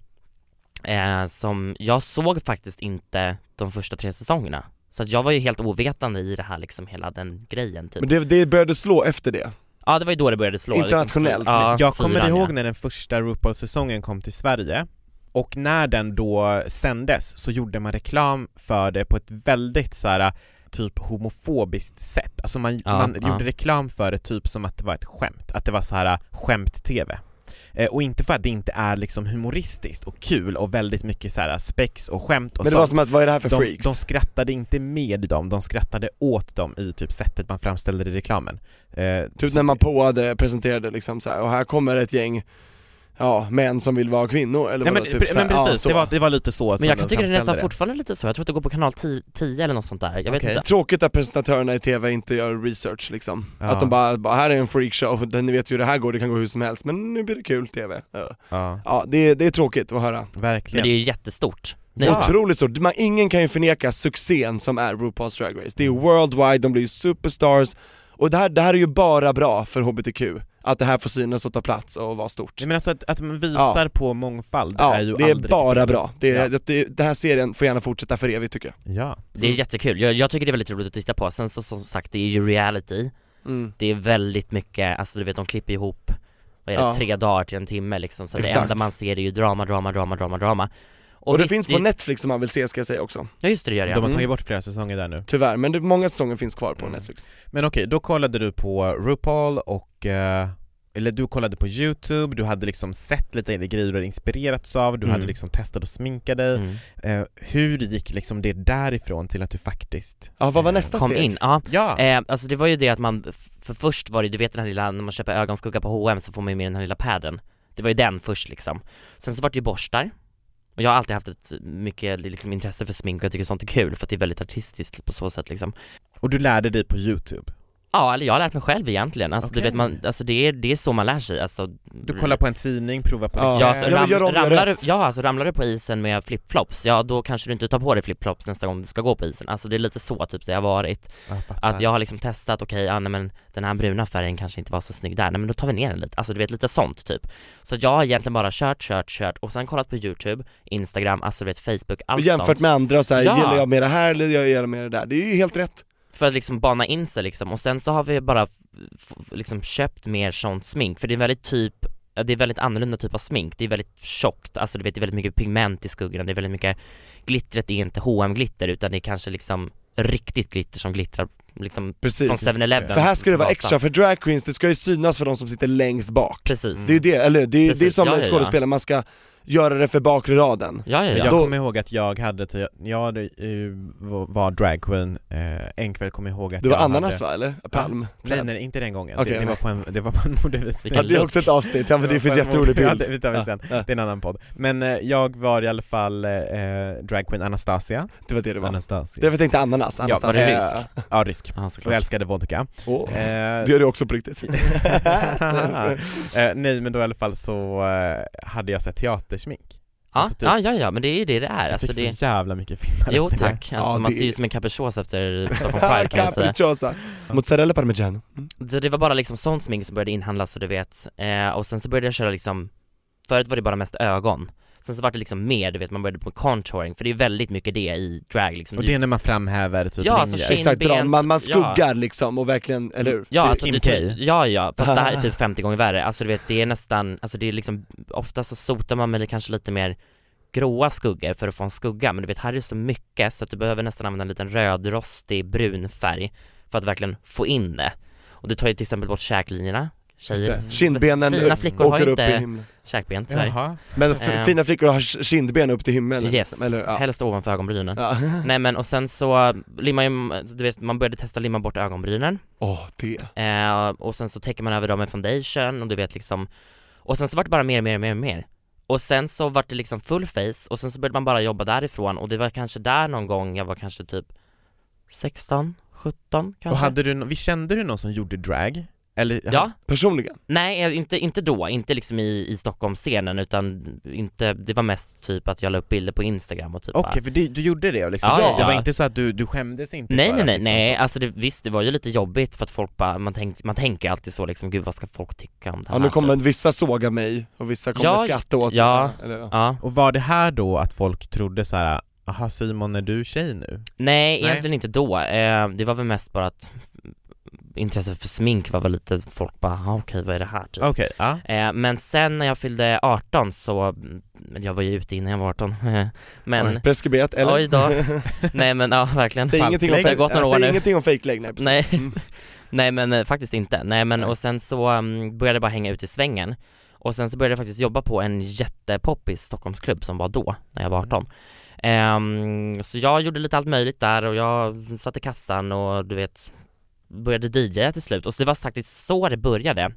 Speaker 5: eh, som, jag såg faktiskt inte de första tre säsongerna så att jag var ju helt ovetande i det här liksom, hela den grejen typ.
Speaker 6: Men det, det började slå efter det.
Speaker 5: Ja det var ju då det började slå liksom.
Speaker 6: Internationellt.
Speaker 5: Ja,
Speaker 7: jag kommer
Speaker 5: fyran,
Speaker 7: ihåg
Speaker 5: ja.
Speaker 7: när den första RuPaul-säsongen kom till Sverige och när den då sändes så gjorde man reklam för det på ett väldigt så här typ homofobiskt sätt. Alltså man,
Speaker 5: Ja,
Speaker 7: man
Speaker 5: ja.
Speaker 7: gjorde reklam för det typ som att det var ett skämt, att det var så här skämt-tv. Eh, och inte för att det inte är liksom humoristiskt och kul och väldigt mycket så här spex och skämt
Speaker 6: Men
Speaker 7: och
Speaker 6: det
Speaker 7: sånt.
Speaker 6: var som att, vad är det här för
Speaker 7: de,
Speaker 6: freaks?
Speaker 7: de skrattade inte med dem, de skrattade åt dem i typ sättet man framställde det i reklamen. Eh,
Speaker 6: Typ
Speaker 7: så-
Speaker 6: när man påade, presenterade liksom så här, och här kommer ett gäng, ja, män som vill vara kvinnor eller
Speaker 7: Nej,
Speaker 6: vadå,
Speaker 7: men,
Speaker 6: typ
Speaker 7: pre-
Speaker 6: så här,
Speaker 7: men precis,
Speaker 6: ja,
Speaker 7: det,
Speaker 6: så.
Speaker 7: var, det var lite så som
Speaker 5: Men jag
Speaker 7: de
Speaker 5: kan tycka det är
Speaker 7: framställde
Speaker 5: nästan fortfarande lite så, jag tror att det går på kanal 10, 10 eller något sånt där, jag vet
Speaker 7: Okej.
Speaker 5: inte
Speaker 6: Tråkigt att presentatörerna i TV inte gör research liksom.
Speaker 7: Ja.
Speaker 6: Att de bara, bara, här är en freakshow, ni vet ju hur det här går, det kan gå hur som helst, men nu blir det kul TV. Ja,
Speaker 7: Ja,
Speaker 6: ja det, är- det är tråkigt att höra.
Speaker 5: Men
Speaker 7: verkligen.
Speaker 5: det är ju jättestort. Nej,
Speaker 7: Ja.
Speaker 6: Otroligt stort, man, ingen kan ju förneka succén som är RuPaul's Drag Race. Det är worldwide, de blir ju superstars, och det här, det här är ju bara bra för HBTQ, att det här får synas och ta plats och vara stort.
Speaker 7: Nej, men alltså att, att man visar på mångfald
Speaker 6: Ja,
Speaker 7: är ju
Speaker 6: det är
Speaker 7: aldrig
Speaker 6: bara bra. Det är,
Speaker 7: Ja.
Speaker 6: det, det, den här serien får gärna fortsätta för evigt tycker jag.
Speaker 7: Ja.
Speaker 5: Det är jättekul, jag, jag tycker det är väldigt roligt att titta på. Sen så som sagt, det är ju reality,
Speaker 6: Mm.
Speaker 5: det är väldigt mycket, alltså du vet de klipper ihop, vad är det,
Speaker 6: Ja.
Speaker 5: tre dagar till en timme liksom, så det
Speaker 6: Exakt.
Speaker 5: enda man ser är ju drama, drama, drama, drama, drama.
Speaker 6: Och, det
Speaker 5: visst,
Speaker 6: finns på Netflix om man vill se ska jag säga också,
Speaker 5: Ja just det, det gör
Speaker 7: De
Speaker 5: jag.
Speaker 7: har
Speaker 5: Mm.
Speaker 7: tagit bort flera säsonger där nu.
Speaker 6: tyvärr. Men det, många säsonger finns kvar på
Speaker 7: Mm.
Speaker 6: Netflix.
Speaker 7: Men okej, då kollade du på RuPaul och eh, eller du kollade på YouTube, du hade liksom sett lite grejer du hade inspirerats av, du
Speaker 5: Mm.
Speaker 7: hade liksom testat att sminka dig.
Speaker 5: Mm.
Speaker 7: Eh, hur gick liksom det därifrån till att du faktiskt...
Speaker 6: Ja, vad var
Speaker 7: eh,
Speaker 6: nästa
Speaker 5: Kom
Speaker 6: steg?
Speaker 5: in, ja.
Speaker 7: Ja!
Speaker 5: Eh, alltså det var ju det att man, för först var det du vet den här lilla, när man köper ögonskugga på H&M så får man ju med den här lilla padden Det var ju den först liksom. Sen så vart det ju borstar, och jag har alltid haft ett mycket liksom, intresse för smink och jag tycker sånt är kul för att det är väldigt artistiskt på så sätt liksom.
Speaker 7: Och du lärde dig på YouTube.
Speaker 5: Ja, eller jag har lärt mig själv egentligen, alltså,
Speaker 7: Okej.
Speaker 5: du vet, man, alltså det, är, det är så man lär sig alltså,
Speaker 7: Du kollade på en tidning, provade på
Speaker 6: Ja.
Speaker 7: det.
Speaker 5: Ja, alltså,
Speaker 6: Ja, men
Speaker 5: ram,
Speaker 6: gör om, gör
Speaker 5: ramlar, du,
Speaker 6: rätt.
Speaker 5: ja, alltså ramlar du på isen med flipflops, ja då kanske du inte tar på dig flipflops nästa gång du ska gå på isen Alltså det är lite så typ det har varit,
Speaker 7: jag fattar.
Speaker 5: att jag har liksom testat, okej, ja, nej, men den här bruna färgen kanske inte var så snygg där, nej men då tar vi ner den lite, alltså du vet lite sånt typ Så jag har egentligen bara kört, kört, kört och sen kollat på youtube, instagram, alltså du vet facebook,
Speaker 6: Och
Speaker 5: allt
Speaker 6: jämfört
Speaker 5: sånt
Speaker 6: med andra, så här,
Speaker 5: Ja.
Speaker 6: gillar jag mer det här eller gillar jag mer det där? Det är ju helt rätt.
Speaker 5: för att liksom bana in sig liksom och sen så har vi bara f- f- liksom köpt mer sånt smink för det är väldigt typ det är väldigt annorlunda typ av smink, det är väldigt tjockt, alltså du vet det är väldigt mycket pigment i skuggorna, det är väldigt mycket Glittret är inte hm glitter utan det är kanske liksom riktigt glitter som glittrar liksom
Speaker 6: Precis.
Speaker 5: från 7-Eleven
Speaker 6: För här ska det vara
Speaker 5: Gatan.
Speaker 6: extra, för drag queens, det ska ju synas för de som sitter längst bak.
Speaker 5: Precis,
Speaker 6: Det är ju det, eller det, är- det är
Speaker 5: Precis,
Speaker 6: som
Speaker 5: ja,
Speaker 6: en
Speaker 5: ja, ja.
Speaker 6: skådespelare, man ska göra det för bakre raden.
Speaker 5: ja ja
Speaker 7: Men
Speaker 5: ja,
Speaker 7: jag
Speaker 6: Då-
Speaker 7: kommer ihåg att jag hade, till, jag det, eh, var- var dragqueen, eh, en kväll kommer jag ihåg att
Speaker 6: Det var
Speaker 7: jag
Speaker 6: ananas
Speaker 7: hade,
Speaker 6: va, eller? Palm?
Speaker 7: Nej nej, inte den gången.
Speaker 6: Okej,
Speaker 7: det, det, var
Speaker 6: nej.
Speaker 7: på en, det var på en modevisning.
Speaker 6: Ja, det är också ett avsnitt, ja, men det finns
Speaker 7: var på en
Speaker 6: jätterolig
Speaker 7: mode- Ja,
Speaker 6: bild.
Speaker 7: det, vi tar vi sen.
Speaker 6: ja.
Speaker 7: Det är en annan podd. Men eh, jag var i alla fall eh, dragqueen Anastasia.
Speaker 6: Det var det det var. Det var
Speaker 7: Anastasia.
Speaker 6: jag tänkte ananas,
Speaker 7: Ja,
Speaker 6: ananas.
Speaker 7: var
Speaker 5: det
Speaker 7: det rysk? Ja, rysk.
Speaker 5: ja
Speaker 7: Och jag
Speaker 5: såklart
Speaker 7: älskade vodka.
Speaker 6: Åh.
Speaker 7: Eh,
Speaker 6: Det gör du också på riktigt.
Speaker 7: eh, nej men då i alla fall så eh, hade jag sett teatersmink.
Speaker 5: ja,
Speaker 7: alltså typ-
Speaker 5: ja, ja ja, men det är ju det det är,
Speaker 7: Jag
Speaker 5: alltså
Speaker 7: fick
Speaker 5: det
Speaker 7: så jävla mycket finnar
Speaker 5: Jo
Speaker 7: efter det.
Speaker 5: tack, alltså
Speaker 6: Ja,
Speaker 5: man
Speaker 6: det-
Speaker 5: ser ju som en capricciosa efter Stockholm Pride kan jag säga
Speaker 6: Capricciosa. Mozzarella parmigiano.
Speaker 5: Så det var bara liksom sånt smink som började inhandlas så du vet, eh, och sen så började jag köra liksom, förut var det bara mest ögon Sen så var det liksom mer, du vet man började på contouring, för det är väldigt mycket det i drag liksom
Speaker 7: Och det är när man framhäver typ
Speaker 5: Ja,
Speaker 7: linjer.
Speaker 5: alltså tjejer-
Speaker 6: Exakt, dra,
Speaker 5: Kindbent,
Speaker 6: man, man
Speaker 5: ja.
Speaker 6: skuggar liksom och verkligen, eller hur?
Speaker 5: Ja
Speaker 7: det är
Speaker 5: alltså
Speaker 7: Kim
Speaker 5: du,
Speaker 7: K.
Speaker 5: ja ja, fast det här är typ 50 gånger värre, alltså du vet det är nästan, alltså det är liksom, ofta så sotar man med det kanske lite mer gråa skuggor för att få en skugga, men du vet här är det så mycket så att du behöver nästan använda en liten rödrostig brun färg för att verkligen få in det Och du tar ju till exempel bort käklinjerna, Tjejer,
Speaker 6: Kindbenen
Speaker 5: Fina
Speaker 6: upp-
Speaker 5: flickor har
Speaker 6: åker upp i
Speaker 5: inte-
Speaker 6: himlen.
Speaker 5: käkben tyvärr.
Speaker 7: Jaha.
Speaker 6: Men f-
Speaker 5: Ehm.
Speaker 6: fina flickor har k- kindben upp till himlen.
Speaker 5: Yes,
Speaker 6: Eller, ja.
Speaker 5: helst ovanför ögonbrynen.
Speaker 6: Ja.
Speaker 5: Nej men och sen så limmar ju, du vet man började testa limma bort ögonbrynen
Speaker 6: Åh, det.
Speaker 5: eh, och sen så täcker man över dem med foundation och du vet liksom Och sen så vart det bara mer, mer, mer, mer Och sen så vart det liksom full face och sen så började man bara jobba därifrån och det var kanske där någon gång jag var kanske typ 16, 17 kanske
Speaker 7: Och hade du, nå- vi kände du någon som gjorde drag? Eller,
Speaker 5: Ja,
Speaker 6: Personligen.
Speaker 5: nej jag- inte, inte då, inte liksom i, i Stockholmsscenen utan inte, det var mest typ att jag la upp bilder på Instagram och typ
Speaker 7: Okej,
Speaker 5: bara-
Speaker 7: för du, du gjorde det liksom?
Speaker 5: Ja,
Speaker 7: det
Speaker 5: ja.
Speaker 7: var inte så att du, du skämdes inte
Speaker 5: Nej
Speaker 7: för
Speaker 5: nej
Speaker 7: att
Speaker 5: nej,
Speaker 7: liksom
Speaker 5: nej. alltså det, visst det var ju lite jobbigt för att folk bara, man, tänk, man tänker alltid så liksom, gud vad ska folk tycka om det här?
Speaker 6: Ja, nu kommer
Speaker 5: typ.
Speaker 6: vissa såga mig och vissa kommer
Speaker 5: Ja,
Speaker 6: skratta åt
Speaker 5: ja.
Speaker 6: mig. Eller, ja.
Speaker 5: Ja,
Speaker 7: Och var det här då att folk trodde så här, aha Simon är du tjej nu?
Speaker 5: nej
Speaker 7: Nej.
Speaker 5: egentligen inte då, eh, det var väl mest bara att intresset för smink var väl lite, folk bara, "Ah, okej vad är det här typ?
Speaker 7: Okej, ja.
Speaker 5: Eh, men sen när jag fyllde 18 så, men jag var ju ute innan jag var 18, men
Speaker 6: Oj, preskriberat, eller?
Speaker 5: Oj då. Nej men ja verkligen
Speaker 6: Säg ingenting om
Speaker 5: Det har
Speaker 6: fake,
Speaker 5: gått några år
Speaker 6: säg
Speaker 5: nu
Speaker 6: ingenting om fake nej, precis.
Speaker 5: Nej, nej men eh, faktiskt inte. Nej men och sen så um, började jag bara hänga ut i svängen och sen så började jag faktiskt jobba på en jättepoppis Stockholmsklubb som var då, när jag var 18. Ehm, så jag gjorde lite allt möjligt där och jag satt i kassan och du vet började DJa till slut och så det var faktiskt så det började.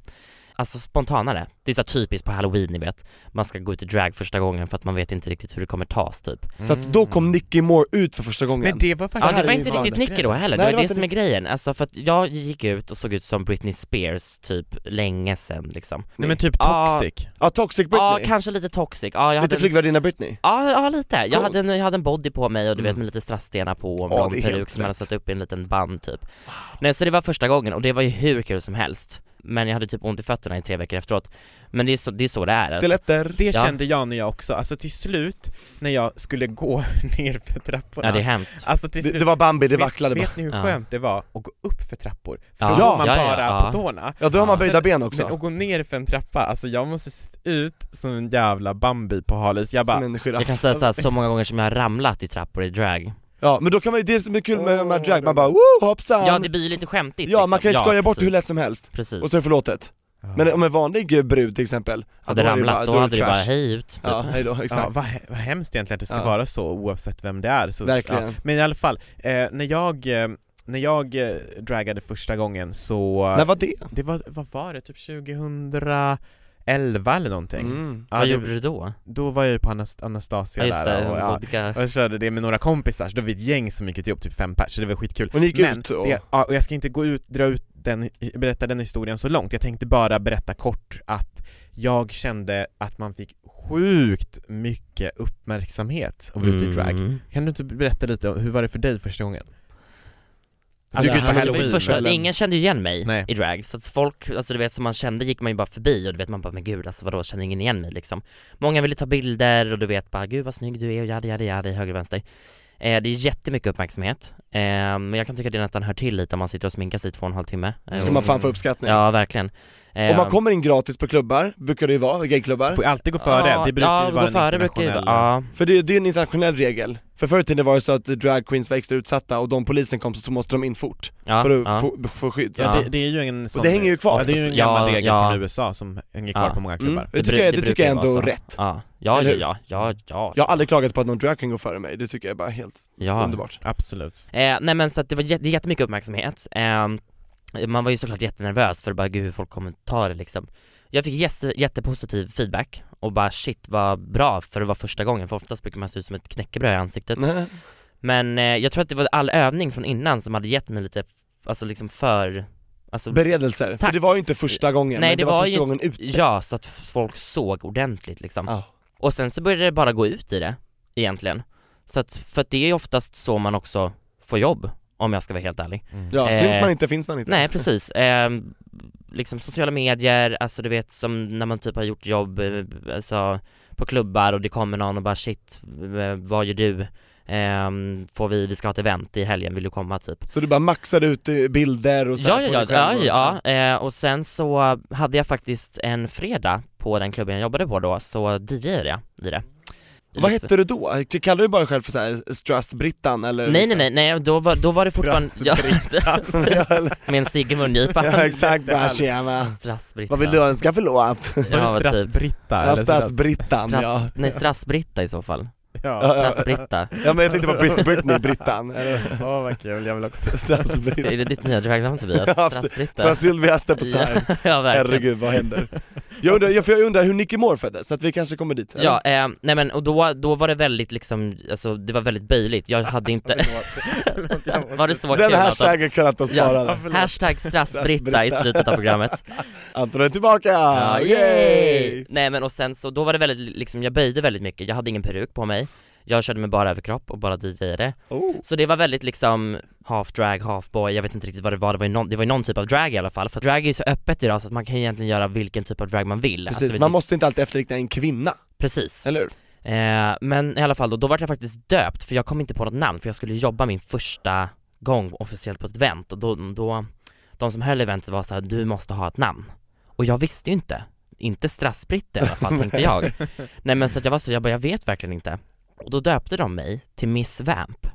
Speaker 5: Alltså spontanare. Det är så här typiskt på halloween ni vet, man ska gå ut i drag första gången för att man vet inte riktigt hur det kommer tas typ.
Speaker 6: Så att då kom Nicky Moore ut för första gången.
Speaker 7: Mm. Men det var faktiskt
Speaker 5: Ja det
Speaker 6: här
Speaker 5: var
Speaker 6: är
Speaker 5: inte
Speaker 6: ju
Speaker 5: riktigt Nicky då heller,
Speaker 6: Nej, det
Speaker 5: det
Speaker 6: var
Speaker 5: var det
Speaker 6: inte
Speaker 5: som är grejen. Alltså för att jag gick ut och såg ut som Britney Spears typ länge sen liksom.
Speaker 7: Nej men typ
Speaker 5: Ah.
Speaker 7: toxic.
Speaker 6: Ja, Toxic Britney.
Speaker 5: Ja kanske lite toxic, ja jag
Speaker 6: Lite
Speaker 5: hade en-
Speaker 6: flygvärdinna Britney.
Speaker 5: Ja, ja lite. Jag
Speaker 6: Coolt. Mm.
Speaker 5: hade, en, jag hade en body på mig och du vet med lite strassstenar på och
Speaker 6: Ja,
Speaker 5: en
Speaker 6: det
Speaker 5: lång
Speaker 6: är helt
Speaker 5: peruk som jag hade
Speaker 6: rätt.
Speaker 5: satt upp i en liten band typ. Nej så det var första gången och det var ju hur kul som helst. Men jag hade typ ont i fötterna i tre veckor efteråt. Men det är så det, är så det är. alltså.
Speaker 6: Stiletter.
Speaker 7: Det
Speaker 5: Ja.
Speaker 7: kände jag när jag också, alltså till slut när jag skulle gå ner för trapporna
Speaker 5: Ja det är hemskt.
Speaker 7: Alltså till
Speaker 6: Det,
Speaker 7: slut,
Speaker 6: det var Bambi, det
Speaker 7: vet-
Speaker 6: vacklade bara.
Speaker 7: Vet ni hur
Speaker 5: Ja.
Speaker 7: skönt det var att gå upp för trappor? För
Speaker 5: Ja,
Speaker 7: då går man
Speaker 5: ja, ja,
Speaker 7: bara
Speaker 5: ja.
Speaker 7: på tårna
Speaker 6: Ja, då har man
Speaker 7: Sen-
Speaker 6: böjda ben
Speaker 7: Men
Speaker 6: också.
Speaker 7: att gå ner för en trappa, alltså jag måste se ut som en jävla Bambi på halis, jag bara
Speaker 6: Som en
Speaker 5: Jag
Speaker 6: giraff.
Speaker 5: kan säga såhär, så många gånger som jag har ramlat i trappor i drag.
Speaker 6: Ja, men då kan man ju, det som är kul med, med drag, man bara woo hoppsan!
Speaker 5: Ja det blir ju lite skämtigt
Speaker 6: Ja, man
Speaker 5: liksom.
Speaker 6: kan ju skoja bort hur
Speaker 5: precis.
Speaker 6: lätt som helst.
Speaker 5: Precis.
Speaker 6: Och så är det förlåtet. Men om en vanlig brud till exempel, ja,
Speaker 5: hade
Speaker 6: då är det
Speaker 5: ramlat,
Speaker 6: bara-
Speaker 5: då,
Speaker 6: är
Speaker 5: hade det
Speaker 6: trash.
Speaker 5: bara hej ut typ.
Speaker 6: Ja, hej då,
Speaker 7: Ja,
Speaker 6: exakt.
Speaker 7: vad, he- vad hemskt egentligen att det ska
Speaker 6: Ja.
Speaker 7: vara så oavsett vem det är så,
Speaker 6: Verkligen.
Speaker 7: Ja. Men i alla fall, eh, när jag, eh, när jag eh, dragade första gången så...
Speaker 6: När var det?
Speaker 7: Det var, vad var det? Typ 2011 eller någonting?
Speaker 6: Mm.
Speaker 7: Ja,
Speaker 5: Vad
Speaker 7: det-
Speaker 5: gjorde du då?
Speaker 7: Då var jag ju på Anas- Anastasia
Speaker 5: Ja just
Speaker 7: där
Speaker 5: det,
Speaker 7: och, ja,
Speaker 5: vodka.
Speaker 7: och jag körde det med några kompisar, så då var vi ett gäng som gick ut ihop, typ fem pers, så det var skitkul
Speaker 6: Och ni gick
Speaker 7: Men
Speaker 6: ut och-
Speaker 7: Det, ja, och jag ska inte gå ut, dra ut den, berätta den historien så långt, jag tänkte bara berätta kort att jag kände att man fick sjukt mycket uppmärksamhet av att vara ute i drag
Speaker 5: Mm.
Speaker 7: Kan du inte berätta lite, om- hur var det för dig första gången? Du
Speaker 5: Alltså,
Speaker 7: gick ut på
Speaker 5: det var ju
Speaker 7: halloween
Speaker 5: första,
Speaker 6: eller?
Speaker 5: Ingen kände ju igen mig
Speaker 7: Nej.
Speaker 5: i drag, så att folk, alltså du vet som man kände gick man ju bara förbi och du vet man bara men gud alltså vadå känner ingen igen mig liksom Många ville ta bilder och du vet bara gud vad snygg du är och yadi yadi yadi höger och vänster eh, Det är jättemycket uppmärksamhet, eh, men jag kan tycka att det nästan hör till lite om man sitter och sminkar sig i två och en halv timme eh,
Speaker 6: Ska
Speaker 5: och-
Speaker 6: man fan få uppskattning.
Speaker 5: Ja verkligen eh,
Speaker 6: Om man kommer in gratis på klubbar, brukar det ju vara, gayklubbar.
Speaker 7: Får ju alltid gå före,
Speaker 5: ja,
Speaker 7: det brukar
Speaker 5: ja,
Speaker 7: ju vara
Speaker 5: gå före
Speaker 7: en
Speaker 5: brukar ju vara-
Speaker 7: internationell...
Speaker 5: ja,
Speaker 6: För det, det är en internationell regel. För förr i tiden var det så att drag queens var extra utsatta och de polisen kom så måste de in fort.
Speaker 5: ja,
Speaker 6: för att
Speaker 5: ja.
Speaker 6: få, få skydd.
Speaker 7: Ja,
Speaker 5: Ja.
Speaker 7: Det, det är ju en sån...
Speaker 6: det hänger ju kvar.
Speaker 7: Ja, det är ju en
Speaker 5: Ja,
Speaker 7: gammal regel
Speaker 5: ja.
Speaker 7: från USA som hänger kvar
Speaker 5: Ja.
Speaker 7: på många klubbar
Speaker 6: Mm. Det,
Speaker 5: bru-
Speaker 6: tycker jag, det
Speaker 5: brukar
Speaker 6: tycker jag
Speaker 5: ju vara
Speaker 6: ändå är
Speaker 5: så.
Speaker 6: rätt.
Speaker 5: Ja, ja,
Speaker 6: Eller hur?
Speaker 5: ja, ja, ja,
Speaker 6: Jag har aldrig klagat på att någon drag kan gå före mig, det tycker jag är bara helt
Speaker 5: ja.
Speaker 6: underbart.
Speaker 7: Absolut.
Speaker 5: Eh, nej men så att det var jä- det är jättemycket uppmärksamhet. Eh, man var ju såklart jättenervös för bara gud hur folk kommer ta det liksom. Jag fick jätte, jättepositiv feedback och bara shit vad bra för det var första gången för oftast brukar man se ut som ett knäckebröd i ansiktet.
Speaker 6: Nej.
Speaker 5: Men eh, jag tror att det var all övning från innan som hade gett mig lite, alltså liksom för, alltså
Speaker 6: Beredelser, för
Speaker 5: Tack.
Speaker 6: det var ju inte första gången,
Speaker 5: Nej,
Speaker 6: men det,
Speaker 5: det
Speaker 6: var,
Speaker 5: var
Speaker 6: första
Speaker 5: ju-
Speaker 6: gången ut.
Speaker 5: ja så att f- folk såg ordentligt liksom.
Speaker 6: Ja.
Speaker 5: Och sen så började det bara gå ut i det, egentligen. Så att, för att det är ju oftast så man också får jobb, om jag ska vara helt ärlig.
Speaker 6: Ja,
Speaker 5: Eh,
Speaker 6: syns man inte finns man inte.
Speaker 5: Nej precis, Ehm, liksom sociala medier, alltså du vet som när man typ har gjort jobb eh, alltså, på klubbar och det kommer någon och bara shit, eh, vad gör du? Ehm, får vi, vi ska ha ett event i helgen, vill du komma typ?
Speaker 6: Så du bara maxade ut eh, bilder och så
Speaker 5: Ja
Speaker 6: här
Speaker 5: ja
Speaker 6: på
Speaker 5: ja,
Speaker 6: dig
Speaker 5: ja,
Speaker 6: själv och-
Speaker 5: ja. Eh, och sen så hade jag faktiskt en fredag på den klubben jag jobbade på då, så DJade jag i det Liksom.
Speaker 6: Vad hette du då? Kallade du bara själv för såhär Strass-Brittan eller? liksom?
Speaker 5: Nej nej nej, nej då, var, då var det fortfarande... Ja,
Speaker 6: nej.
Speaker 5: med en cigg i mungipan.
Speaker 6: ja exakt, bara tjena.
Speaker 5: Strassbritta.
Speaker 6: Vad vill du önska för låt?
Speaker 7: Sa du
Speaker 5: Ja, typ.
Speaker 7: strassbritta?
Speaker 6: Ja,
Speaker 7: eller strass-
Speaker 6: Strass-Brittan
Speaker 5: Strass,
Speaker 6: ja.
Speaker 5: Nej, strassbritta i så fall.
Speaker 7: Ja,
Speaker 6: Ja, ja.
Speaker 5: Strassbritta.
Speaker 6: Ja men jag tänkte på Brit- Britney-Brittan, eller
Speaker 7: åh vad kul, jag vill också
Speaker 5: Är
Speaker 6: Strass-Brittan.
Speaker 5: det ditt nya dragnamn Tobias?
Speaker 6: Ja,
Speaker 5: Strassbritta.
Speaker 6: Från Sylvia Estepesar.
Speaker 5: ja, ja, verkligen.
Speaker 6: Herregud vad händer? Jag undrar, jag, för jag undrar hur Nicky Moore föddes, så att vi kanske kommer dit. eller?
Speaker 5: Ja, eh, nej men och då, då var det väldigt liksom, alltså det var väldigt böjligt, jag hade inte, var det så
Speaker 6: Den
Speaker 5: kul Anton?
Speaker 6: hashtaggen kunde Anton
Speaker 5: Ja,
Speaker 6: spara yes.
Speaker 5: Hashtag strassbritta i
Speaker 6: Strassbritta.
Speaker 5: slutet av programmet.
Speaker 6: Anton är tillbaka!
Speaker 5: Ja,
Speaker 6: Yay!
Speaker 5: Nej men och sen så, då var det väldigt liksom, jag böjde väldigt mycket, jag hade ingen peruk på mig jag körde med bara överkropp och bara DJade.
Speaker 6: Oh.
Speaker 5: Så det var väldigt liksom half drag, half boy, jag vet inte riktigt vad det var, det var ju någon, det var ju någon typ av drag i alla fall. För drag är ju så öppet idag så att man kan ju egentligen göra vilken typ av drag man vill.
Speaker 6: Precis,
Speaker 5: Alltså, det
Speaker 6: man
Speaker 5: finns-
Speaker 6: måste inte alltid efterlikna en kvinna,
Speaker 5: Precis.
Speaker 6: eller hur?
Speaker 5: Eh, men i alla fall då, då var jag faktiskt döpt för jag kom inte på något namn för jag skulle jobba min första gång officiellt på ett event och då, då de som höll eventet var så här, du måste ha ett namn. Och jag visste ju inte, inte strassbritte i alla fall tänkte jag. Nej men så att jag var så, jag bara, jag vet verkligen inte. Och då döpte de mig till Miss Vamp.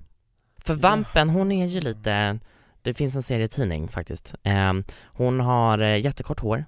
Speaker 5: För Vampen hon är ju lite, det finns en serietidning faktiskt. Eh, hon har eh, jättekort hår,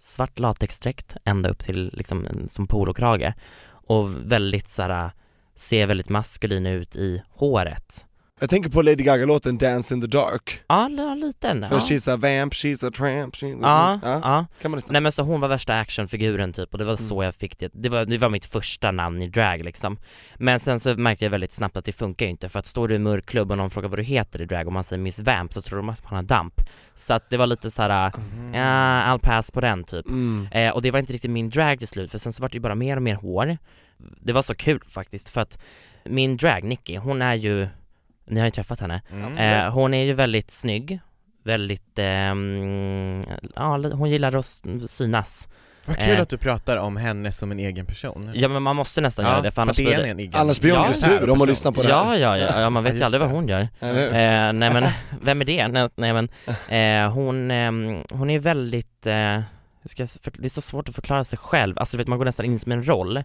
Speaker 5: svart latexdräkt ända upp till liksom en- som polokrage och väldigt såhär, ser väldigt maskulin ut i håret.
Speaker 6: Jag tänker på Lady Gaga-låten 'Dance in the Dark'
Speaker 5: Ja, li- ja lite ändå.
Speaker 6: För she's a vamp, she's a tramp, she's
Speaker 5: Ja,
Speaker 6: ja.
Speaker 5: ja.
Speaker 6: Kan man lyssna?
Speaker 5: Nej men så hon var värsta actionfiguren typ och det var så jag fick det, det var, det var mitt första namn i drag liksom Men sen så märkte jag väldigt snabbt att det funkar ju inte för att står du i en mörk klubb och någon frågar vad du heter i drag och man säger Miss Vamp så tror de att man har damp Så att det var lite såhär, ja, all pass på den typ
Speaker 6: Mm.
Speaker 5: Eh, och det var inte riktigt min drag till slut för sen så var det ju bara mer och mer hår Det var så kul faktiskt för att min drag Nicky, hon är ju, ni har ju träffat henne,
Speaker 7: Mm.
Speaker 6: Mm.
Speaker 5: eh, hon är ju väldigt snygg Väldigt, ehm, ja li- hon gillar att s- synas
Speaker 7: Vad kul
Speaker 5: Eh.
Speaker 7: att du pratar om henne som en egen person.
Speaker 5: Ja men man måste nästan göra det för annars
Speaker 7: det
Speaker 5: blir
Speaker 7: är
Speaker 5: det
Speaker 7: en egen
Speaker 6: Annars blir hon
Speaker 5: Ja.
Speaker 6: ju sur om hon lyssnar på det här.
Speaker 5: Ja, ja, ja, ja, man vet ju
Speaker 7: just
Speaker 5: aldrig vad
Speaker 7: det.
Speaker 5: hon gör.
Speaker 6: Eller hur?
Speaker 5: Eh, nej men, vem är det? Nej, nej men, eh, hon, ehm, hon är väldigt, eh, hur ska jag, s- för, det är så svårt att förklara sig själv, alltså du vet man går nästan in som en roll.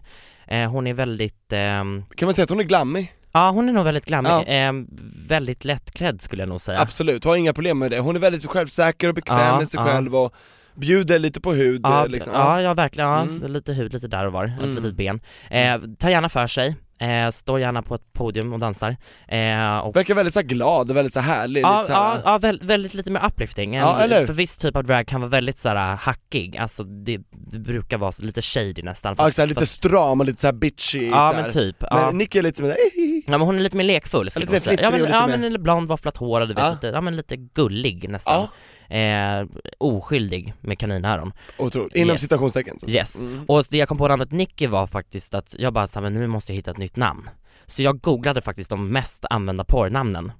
Speaker 5: Eh, hon är väldigt, ehm,
Speaker 6: Kan man säga att hon är glammig?
Speaker 5: ja hon är nog väldigt glammig,
Speaker 6: Ja.
Speaker 5: Ehm, väldigt lättklädd skulle jag nog säga.
Speaker 6: Absolut, har inga problem med det. Hon är väldigt självsäker och bekväm
Speaker 5: Ja,
Speaker 6: med sig
Speaker 5: ja.
Speaker 6: själv och bjuder lite på hud
Speaker 5: Ja,
Speaker 6: eh, liksom.
Speaker 5: ja, ja verkligen, ja,
Speaker 6: Mm.
Speaker 5: lite hud lite där och var, ett
Speaker 6: Mm.
Speaker 5: litet ben. Eh, tar gärna för sig, eh, står gärna på ett podium och dansar. Eh, och
Speaker 6: Verkar väldigt så här glad och väldigt så här härlig,
Speaker 5: Ja,
Speaker 6: lite så
Speaker 5: ja,
Speaker 6: här,
Speaker 5: ja väl, väldigt lite mer uplifting. En-
Speaker 6: Ja, eller?
Speaker 5: För viss typ av drag kan vara väldigt så här hackig, alltså det, det brukar vara lite shady nästan.
Speaker 6: ja,
Speaker 5: fast-
Speaker 6: exakt, lite
Speaker 5: fast-
Speaker 6: stram och lite så här bitchy
Speaker 5: Ja
Speaker 6: så här.
Speaker 5: men typ. ja.
Speaker 6: Men Nicky är lite som en "Ehihi."
Speaker 5: ja men hon är lite mer lekfull skulle
Speaker 6: lite
Speaker 5: man
Speaker 6: mer
Speaker 5: säga. Ja
Speaker 6: flittrig
Speaker 5: men,
Speaker 6: och lite
Speaker 5: ja,
Speaker 6: mer-
Speaker 5: men eller blond våfflat hår och du vet
Speaker 6: Ja.
Speaker 5: lite, ja men lite gullig nästan. Eh, oskyldig med kaninöron.
Speaker 6: Otroligt, inom
Speaker 5: Yes.
Speaker 6: citationstecken så.
Speaker 5: Yes.
Speaker 6: Mm.
Speaker 5: Och det jag kom på namnet Nicky var faktiskt att jag bara sa men nu måste jag hitta ett nytt namn. Så jag googlade faktiskt de mest använda porrnamnen.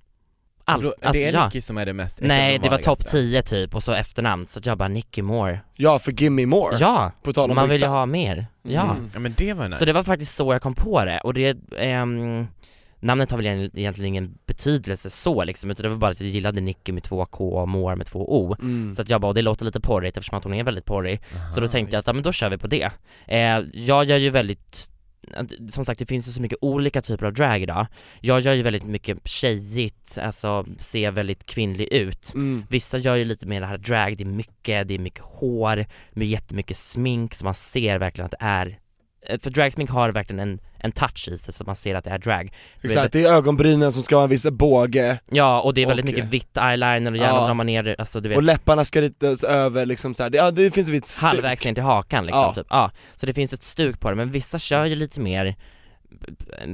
Speaker 5: Allt,
Speaker 7: Alltså,
Speaker 5: alltså
Speaker 7: det är
Speaker 5: ja.
Speaker 7: Nicky som är det mest
Speaker 5: Nej det var topp
Speaker 7: vanligaste.
Speaker 5: 10 typ och så efternamn, så att jag bara Nicky Moore
Speaker 6: Ja, för Gimme More,
Speaker 5: Ja,
Speaker 6: på tal om
Speaker 5: man vill ju
Speaker 6: Britta.
Speaker 5: ha mer. Ja.
Speaker 6: Mm.
Speaker 7: Ja men det var nice.
Speaker 5: Så det var faktiskt så jag kom på det och det, ehm, namnet har väl egent- egentligen ingen betydelse så liksom utan det var bara att jag gillade Nicky med två K och Moore med två O.
Speaker 6: Mm.
Speaker 5: Så att jag bara, och det låter lite porrigt eftersom att hon är väldigt porrig. så då tänkte jag att, ja, men då kör vi på det. Eh, jag gör ju väldigt att- som sagt det finns ju så mycket olika typer av drag idag. Jag gör ju väldigt mycket tjejigt, alltså ser väldigt kvinnlig ut.
Speaker 6: Mm.
Speaker 5: Vissa gör ju lite mer det här drag, det är mycket, det är mycket hår, med jättemycket smink så man ser verkligen att det är eh, för dragsmink har verkligen en, en touch i sig så att man ser att det är drag
Speaker 6: Exakt, det är ögonbrynen som ska ha en viss båge
Speaker 5: Ja och det är väldigt
Speaker 6: Och-
Speaker 5: mycket vitt eyeliner och gärna
Speaker 6: Ja.
Speaker 5: drar man ner, alltså du vet
Speaker 6: och läpparna ska ritas över liksom så här. Det, ja det finns ett visst stuk.
Speaker 5: halvvägs ner till hakan liksom
Speaker 6: Ja.
Speaker 5: typ, ja Så det finns ett stuk på det, men vissa kör ju lite mer eh,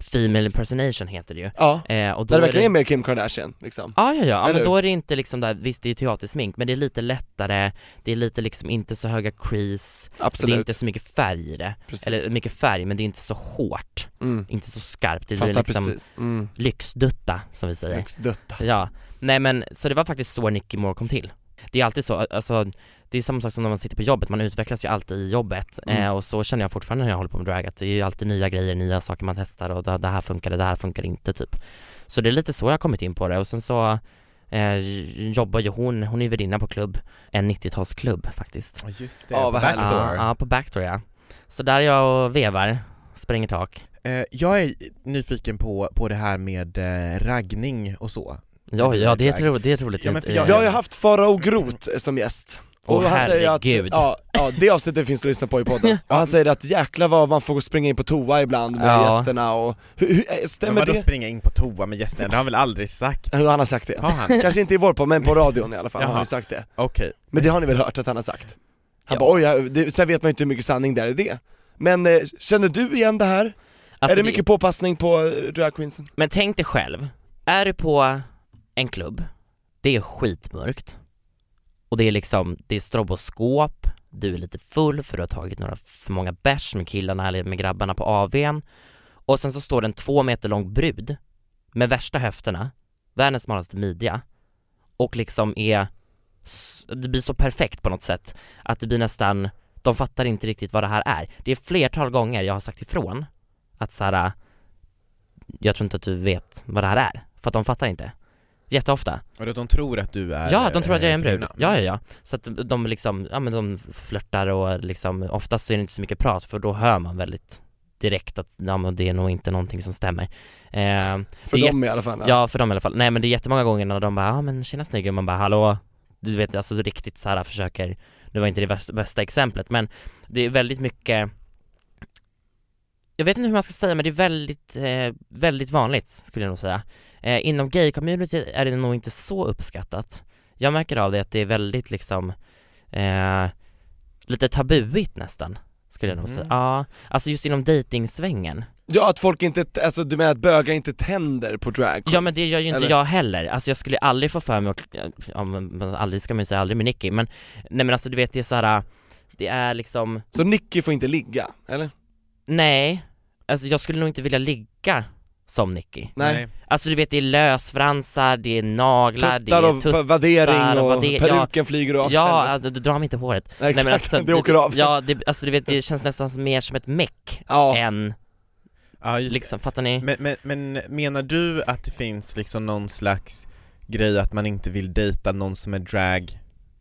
Speaker 5: Female impersonation heter det ju
Speaker 6: Ja,
Speaker 5: eh, och då
Speaker 6: där det
Speaker 5: är
Speaker 6: verkligen är mer Kim Kardashian liksom
Speaker 5: Ja, ja, ja, ja men
Speaker 6: Eller?
Speaker 5: då är det inte liksom där, visst det är teatersmink men det är lite lättare, det är lite liksom inte så höga crease,
Speaker 6: Absolut,
Speaker 5: det är inte så mycket färg i det
Speaker 6: precis
Speaker 5: Eller mycket färg, men det är inte så hårt,
Speaker 6: mm.
Speaker 5: inte så skarpt, det är
Speaker 6: Fattar
Speaker 5: liksom
Speaker 6: precis, mm.
Speaker 5: lyxdutta som vi säger
Speaker 6: Lyxdutta
Speaker 5: Ja, nej men så det var faktiskt så Nicky Moore kom till Det är alltid så, alltså det är samma sak som när man sitter på jobbet, man utvecklas ju alltid i jobbet
Speaker 6: Mm.
Speaker 5: eh, och så känner jag fortfarande när jag håller på med drag att det är ju alltid nya grejer, nya saker man testar och det, det här funkar, det här funkar inte typ Så det är lite så jag har kommit in på det och sen så eh, jobbar ju hon, hon är ju värdinna på klubb, en 90-talsklubb faktiskt
Speaker 7: Ja just det,
Speaker 6: Ja,
Speaker 7: på
Speaker 6: vad härligt.
Speaker 7: Backdoor.
Speaker 5: Ja, ja, på Backdoor ja. Så där är jag och vevar, spränger tak.
Speaker 7: Eh, jag är nyfiken på, på det här med eh, raggning och så.
Speaker 5: Ja, ja det, är
Speaker 7: Drag.
Speaker 5: tro, det är troligt.
Speaker 7: Ja, men för
Speaker 5: Eh,
Speaker 7: jag-
Speaker 6: Vi har ju haft Farao Groth eh, som gäst.
Speaker 5: Åh,
Speaker 6: han säger att,
Speaker 5: herregud.
Speaker 6: ja, ja, det avsnittet finns att lyssna på i podden. Och han säger att jäklar vad man får springa in på toa ibland med
Speaker 5: Ja.
Speaker 6: gästerna och, hur, hur, eh,
Speaker 7: Men
Speaker 6: stämmer
Speaker 7: vadå
Speaker 6: det?
Speaker 7: springa in på toa med gästerna? Det har han väl aldrig sagt?
Speaker 6: Hur han har sagt det.
Speaker 7: Har han?
Speaker 6: Kanske inte i vår podd, men på radion i alla fall har han
Speaker 7: Jaha.
Speaker 6: ju sagt det.
Speaker 7: Okej.
Speaker 6: Men det har ni väl hört att han har sagt? Han bara oj, ja, det, sen vet man ju inte hur mycket sanning där är det. Men eh, känner du igen det här?
Speaker 5: alltså,
Speaker 6: är det mycket påpassning på eh, dragqueensen?
Speaker 5: Men tänk dig själv, är du på en klubb, det är skitmörkt och det är liksom, det är stroboskop, du är lite full för du har tagit några för många bärs med killarna eller med grabbarna på AWn och sen så står det en två meter lång brud med värsta höfterna, världens smalaste midja och liksom är, s- det blir så perfekt på något sätt att det blir nästan, de fattar inte riktigt vad det här är. Det är flertal gånger jag har sagt ifrån att så här, jag tror inte att du vet vad det här är, för att de fattar inte. Jätteofta.
Speaker 7: Och de tror att du är
Speaker 5: Ja, de tror att jag är en
Speaker 7: eh,
Speaker 5: brud.
Speaker 7: kvinna.
Speaker 5: Ja, ja, ja. Så att de liksom, ja men de flörtar och liksom, oftast är det inte så mycket prat för då hör man väldigt direkt att ja, men det är nog inte någonting som stämmer. Eh,
Speaker 6: För
Speaker 5: det är
Speaker 6: dem i alla fall? ja.
Speaker 5: Ja för dem i alla fall. Nej men det är jättemånga gånger när de bara ja ah, men tjena snygg och man bara hallå Du vet alltså riktigt så här försöker Nu var inte det bästa, bästa exemplet men Det är väldigt mycket Jag vet inte hur man ska säga men det är väldigt, eh, väldigt vanligt skulle jag nog säga eh, Inom gay-community är det nog inte så uppskattat Jag märker av det att det är väldigt liksom eh, Lite tabuigt nästan skulle jag nog säga.
Speaker 6: Mm.
Speaker 5: Ja, alltså just inom dejtingsvängen
Speaker 6: ja, att folk inte, alltså du menar att bögar inte tänder på drag
Speaker 5: Ja men det gör ju inte
Speaker 6: Eller?
Speaker 5: jag heller, alltså jag skulle aldrig få för mig att, ja men men aldrig ska man ju säga aldrig med Nicky men, nej men alltså du vet det är såhär, det är liksom,
Speaker 6: Så Nicky får inte ligga, eller?
Speaker 5: nej, alltså jag skulle nog inte vilja ligga som Nicky
Speaker 6: Nej.
Speaker 5: Alltså du vet det är lösfransar, det är naglar,
Speaker 6: Tuttar
Speaker 5: det
Speaker 6: och
Speaker 5: är
Speaker 6: pa- vaddering
Speaker 5: tuttar och
Speaker 6: och
Speaker 5: vadde-
Speaker 6: peruken flyger av.
Speaker 5: Ja, alltså, du drar mig inte håret
Speaker 6: Nej, exakt,
Speaker 5: men alltså,
Speaker 6: det åker av.
Speaker 5: Ja, det, alltså du vet det känns nästan som- mer som ett meck
Speaker 6: Ja.
Speaker 5: än,
Speaker 7: ja just det.
Speaker 5: liksom, fattar ni?
Speaker 7: Men, men, men menar du att det finns liksom någon slags grej att man inte vill dejta någon som är drag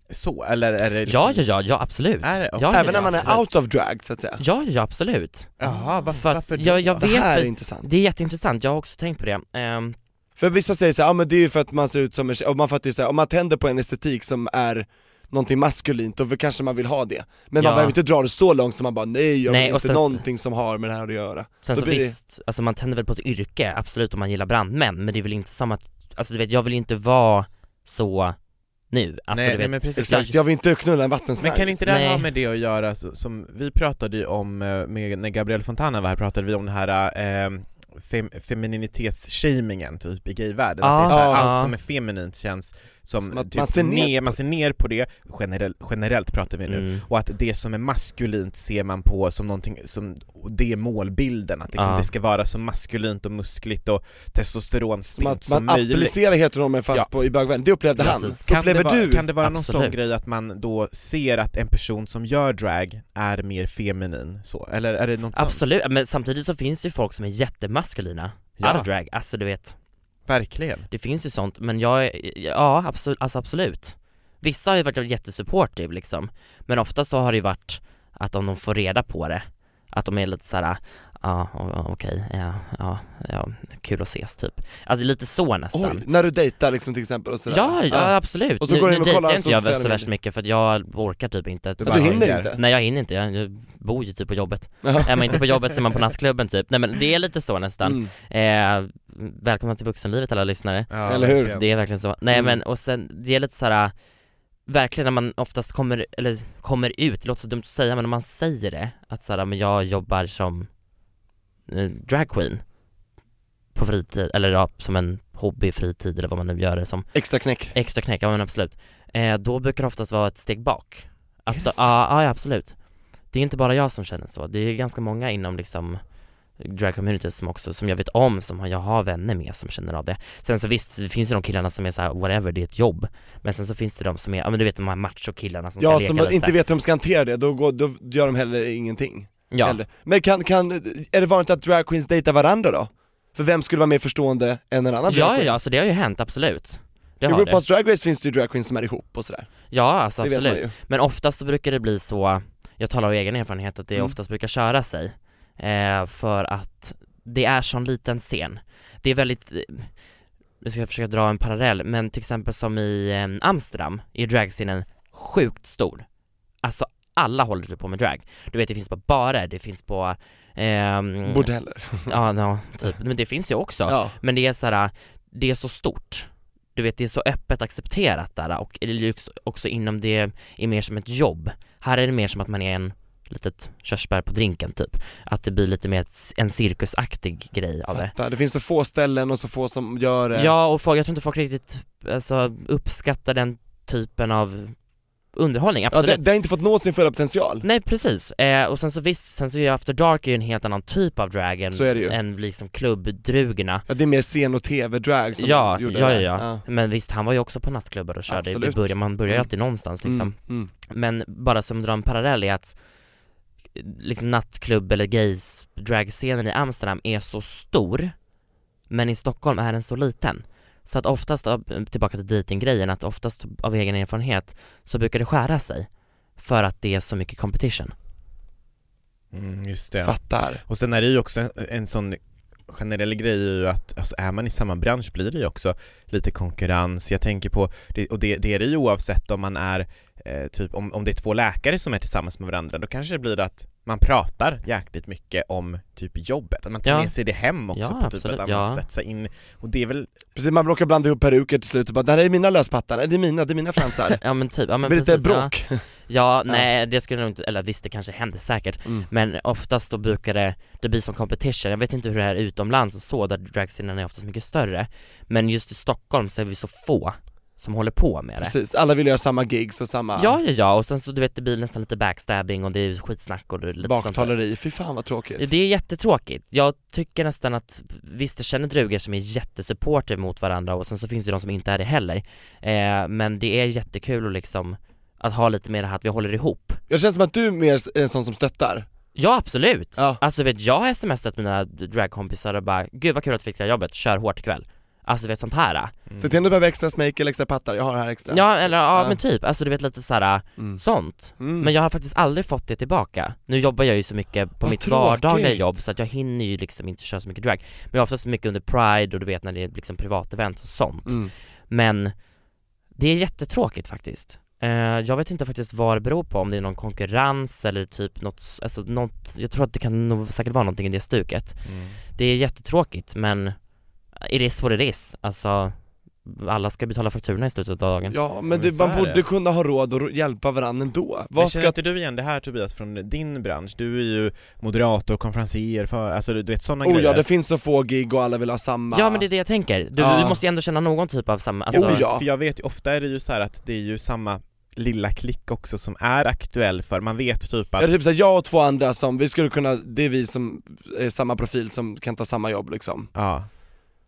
Speaker 7: så, eller är det liksom...
Speaker 5: Ja, ja, ja, ja absolut!
Speaker 7: Är det?
Speaker 5: Ja,
Speaker 7: Okej.
Speaker 5: ja,
Speaker 6: Även när man
Speaker 5: absolut.
Speaker 6: är out of drag så att säga.
Speaker 5: Ja, ja, absolut!
Speaker 7: Jaha, varför,
Speaker 5: För att
Speaker 7: varför då?
Speaker 5: jag, jag
Speaker 6: Det
Speaker 5: vet
Speaker 6: här
Speaker 5: för-
Speaker 6: är intressant.
Speaker 5: Det är jätteintressant, jag har också tänkt på det. Ehm,
Speaker 6: För vissa säger såhär, ja men det är ju för att man ser ut som en tjej, och man fattar ju såhär, om man tänder på en estetik som är någonting maskulint, då kanske man vill ha det. Men
Speaker 5: Ja.
Speaker 6: man behöver inte dra det så långt som man bara, nej jag
Speaker 5: Nej,
Speaker 6: vill
Speaker 5: och
Speaker 6: inte
Speaker 5: sen-
Speaker 6: någonting som har med det här att göra.
Speaker 5: sen
Speaker 6: Då
Speaker 5: så
Speaker 6: blir det-
Speaker 5: visst, alltså man tänder väl på ett yrke, absolut om man gillar brandmän, men det är väl inte samma, alltså du vet jag vill inte vara så nu, alltså
Speaker 7: nej,
Speaker 5: du
Speaker 7: nej
Speaker 5: vet,
Speaker 7: men precis,
Speaker 6: Exakt, jag vill inte knulla en vattenslang.
Speaker 7: Men kan inte det här
Speaker 5: Nej.
Speaker 7: ha med det att göra så, som, vi pratade ju om, eh, med, när Gabriel Fontana var här pratade vi om det här eh, fem, femininitetsshamingen typ i gayvärlden, att det är så här,
Speaker 6: Ah.
Speaker 7: allt som är feminint känns som,
Speaker 6: Som att
Speaker 7: typ
Speaker 6: man ser ner
Speaker 7: ner, man ser ner på det, generellt, generellt pratar vi nu,
Speaker 5: Mm.
Speaker 7: och att det som är maskulint ser man på som någonting, som, och det är målbilden, att liksom
Speaker 5: Ah.
Speaker 7: det ska vara så maskulint och muskligt och
Speaker 6: Som
Speaker 7: testosteronstint
Speaker 6: att
Speaker 7: som
Speaker 6: man
Speaker 7: möjligt
Speaker 6: applicerar heteronormen fast
Speaker 7: Ja.
Speaker 6: på, i bögvärlden, det upplevde han.
Speaker 5: Precis.
Speaker 7: kan det
Speaker 6: Upplever
Speaker 7: vara,
Speaker 6: du?
Speaker 7: Kan det vara någon
Speaker 5: Absolut.
Speaker 7: sån grej att man då ser att en person som gör drag är mer feminin så? Eller är det något sånt?
Speaker 5: absolut, men samtidigt så finns det ju folk som är jättemaskulina,
Speaker 7: Ja.
Speaker 5: out of drag, alltså du vet,
Speaker 7: Verkligen.
Speaker 5: det finns ju sånt, men jag, är- ja absolut, alltså absolut. Vissa har ju varit jättesupportive liksom, men ofta så har det ju varit att om de får reda på det, att de är lite såhär, ja o- okej, ja, ja, ja, kul att ses typ. Alltså lite så nästan.
Speaker 6: Oj, när du dejtar liksom till exempel och sådär.
Speaker 5: Ja, ja, absolut.
Speaker 6: Och så går du in och
Speaker 5: dejtar
Speaker 6: kollar
Speaker 5: inte jag
Speaker 6: sociala
Speaker 5: väl så
Speaker 6: medier.
Speaker 5: värst mycket för att jag orkar typ inte.
Speaker 7: Du
Speaker 6: Ja, du hinner
Speaker 7: hänger.
Speaker 6: inte.
Speaker 5: Nej jag hinner inte, jag, jag bor ju typ på jobbet.
Speaker 6: Ja.
Speaker 5: Är man inte på jobbet så är man på nattklubben typ. Nej men det är lite så nästan.
Speaker 6: Mm.
Speaker 5: Eh, välkomna till vuxenlivet alla lyssnare.
Speaker 7: Ja,
Speaker 6: Eller hur?
Speaker 7: verkligen.
Speaker 5: Det är verkligen så. Nej
Speaker 6: Mm.
Speaker 5: men och sen, det är lite såhär, verkligen när man oftast kommer, eller kommer ut, det låter så dumt att säga men om man säger det, att såhär, men jag jobbar som eh, drag queen på fritid, eller ja, som en hobby, fritid eller vad man nu gör det som.
Speaker 6: Extra knäck.
Speaker 5: Extra knäck, ja men absolut. Eh, då brukar det oftast vara ett steg bak. Att,
Speaker 7: Är det
Speaker 5: ja,
Speaker 7: sant?
Speaker 5: ja, ja, absolut. Det är inte bara jag som känner så, det är ganska många inom liksom drag community som också, som jag vet om, som har- jag har vänner med som känner av det. Sen så visst, det finns ju de killarna som är så här, whatever, det är ett jobb. Men sen så finns det de som är, ja men du vet de här machokillarna som
Speaker 6: Ja,
Speaker 5: ska
Speaker 6: som
Speaker 5: leka lite.
Speaker 6: inte vet hur de ska hantera det, då, går, då gör de heller ingenting.
Speaker 5: ja.
Speaker 6: Heller. Men kan, kan, är det vanligt att drag queens dejtar varandra då? För vem skulle vara mer förstående än en annan
Speaker 5: ja, ja,
Speaker 6: dragqueen?
Speaker 5: ja, så det har ju hänt, absolut. Det
Speaker 6: I
Speaker 5: har det.
Speaker 6: RuPaul's Drag Race finns det ju dragqueens som är ihop och sådär,
Speaker 5: Ja, alltså
Speaker 6: det vet man
Speaker 5: absolut.
Speaker 6: ju.
Speaker 5: Men oftast så brukar det bli så, jag talar av egen erfarenhet, att det oftast brukar köra sig. Eh, för att det är sån liten scen. Det är väldigt, eh, nu ska jag försöka dra en parallell, men till exempel som i eh, Amsterdam är dragscenen sjukt stor. Alltså alla håller typ på med drag. Du vet det finns på barer, det finns på ehm,
Speaker 6: Bordeller.
Speaker 5: Ja, no, typ. Men det finns ju också.
Speaker 6: Ja.
Speaker 5: Men det är så här, det är så stort. Du vet, det är så öppet accepterat där och det är också- också inom det är mer som ett jobb. Här är det mer som att man är en litet körsbär på drinken typ. Att det blir lite mer ett, en cirkusaktig grej av det.
Speaker 6: Fattar. Det finns så få ställen och så få som gör det.
Speaker 5: Ja, och folk, jag tror inte folk riktigt alltså, uppskattar den typen av underhållning,
Speaker 6: Ja,
Speaker 5: absolut.
Speaker 6: det, det har inte fått nå sin fulla potential.
Speaker 5: Nej precis, eh, och sen så visst, sen så är ju After Dark är ju en helt annan typ av drag än,
Speaker 6: Så är det ju.
Speaker 5: än liksom klubbdrugorna
Speaker 6: Ja, det är mer scen och tv-drag som
Speaker 5: ja,
Speaker 6: gjorde
Speaker 5: ja, ja,
Speaker 6: det.
Speaker 5: ja, men visst han var ju också på nattklubbar och körde, i
Speaker 6: Absolut.
Speaker 5: början, man börjar ju alltid någonstans liksom
Speaker 6: Mm, mm.
Speaker 5: Men bara som drar en parallell är att eh, liksom nattklubb eller gays dragscenen i Amsterdam är så stor Men i Stockholm är den så liten Så att oftast, av- tillbaka till datinggrejen, att oftast av egen erfarenhet så brukar det skära sig För att det är så mycket competition
Speaker 7: Mm, just det.
Speaker 6: Fattar.
Speaker 7: Och sen är det ju också en, en sån generell grej är ju att alltså, är man i samma bransch blir det ju också lite konkurrens. Jag tänker på, det, och det, det är det ju oavsett om man är eh, typ om, om det är två läkare som är tillsammans med varandra då kanske det blir att man pratar jäkligt mycket om typ jobbet, att man tar
Speaker 5: Ja.
Speaker 7: med sig det hem också
Speaker 5: Ja,
Speaker 7: på typ
Speaker 5: absolut,
Speaker 7: ett annat
Speaker 5: ja.
Speaker 7: sätt, så in, och det är väl,
Speaker 6: Precis, man råkar blanda ihop peruker till slut och bara, där är mina löspattar, Nej, det är mina, det är mina fransar.
Speaker 5: Ja men typ, ja
Speaker 6: Det
Speaker 5: men
Speaker 6: blir lite
Speaker 5: precis, ja.
Speaker 6: bråk.
Speaker 5: Ja, nej det skulle nog inte, eller visst det kanske händer säkert,
Speaker 6: Mm.
Speaker 5: men oftast då brukar det, det blir som competition, jag vet inte hur det är utomlands och så, där dragscenen är oftast mycket större, men just i Stockholm så är vi så få som håller på med det.
Speaker 6: Precis, alla vill göra samma gigs och samma
Speaker 5: Ja, ja, ja, och sen så du vet det blir nästan lite backstabbing och det är skitsnack och det är lite sånt där.
Speaker 6: baktaleri, fy fan vad tråkigt.
Speaker 5: Det är jättetråkigt. Jag tycker nästan att, visst jag känner drugor som är jättesupporter mot varandra och sen så finns det de som inte är det heller. Eh, men det är jättekul att liksom, att ha lite mer det här att vi håller ihop.
Speaker 6: Jag känner som att du är mer en sån som stöttar.
Speaker 5: Ja absolut!
Speaker 6: Ja.
Speaker 5: Alltså vet jag har smsat mina dragkompisar och bara 'Gud vad kul att du fick det här jobbet, kör hårt ikväll' Alltså du vet sånt här
Speaker 7: Mm.
Speaker 6: Så till om du behöver extra smake eller extra pattar, jag har det här extra.
Speaker 5: Ja eller ja,
Speaker 6: Ja.
Speaker 5: men typ, alltså du vet lite såhär,
Speaker 6: Mm.
Speaker 5: sånt
Speaker 6: Mm.
Speaker 5: Men jag har faktiskt aldrig fått det tillbaka Nu jobbar jag ju så mycket på
Speaker 6: Vad
Speaker 5: mitt
Speaker 6: tråkigt.
Speaker 5: vardagliga jobb så att jag hinner ju liksom inte köra så mycket drag Men jag har oftast mycket under pride och du vet när det är liksom privatevent och sånt
Speaker 6: Mm.
Speaker 5: Men det är jättetråkigt faktiskt Eh, jag vet inte faktiskt vad det beror på, om det är någon konkurrens eller typ något, alltså något, jag tror att det kan nog säkert vara någonting i det stuket det är jättetråkigt men it is what it is, alltså alla ska betala fakturorna i slutet av dagen.
Speaker 6: Ja, men
Speaker 7: Men
Speaker 6: det,
Speaker 7: så
Speaker 6: man
Speaker 7: är
Speaker 6: borde
Speaker 7: det.
Speaker 6: kunna ha råd att hjälpa varandra ändå.
Speaker 7: men
Speaker 6: Vad
Speaker 7: känner
Speaker 6: ska...
Speaker 7: inte du igen det här Tobias från din bransch? Du är ju moderator, konferencier, för, alltså du vet sådana
Speaker 6: Oh
Speaker 7: grejer.
Speaker 6: ja, det finns så få gig och alla vill ha samma.
Speaker 5: Ja men det är det jag tänker, du,
Speaker 6: Ja.
Speaker 5: du måste ju ändå känna någon typ av samma, alltså,
Speaker 6: Oh ja.
Speaker 7: För jag vet ju, ofta är det ju så här att det är ju samma lilla klick också som är aktuell för, man vet typ att
Speaker 6: Eller typ såhär, jag och två andra som, vi skulle kunna, det är vi som är samma profil som kan ta samma jobb liksom.
Speaker 7: Ja.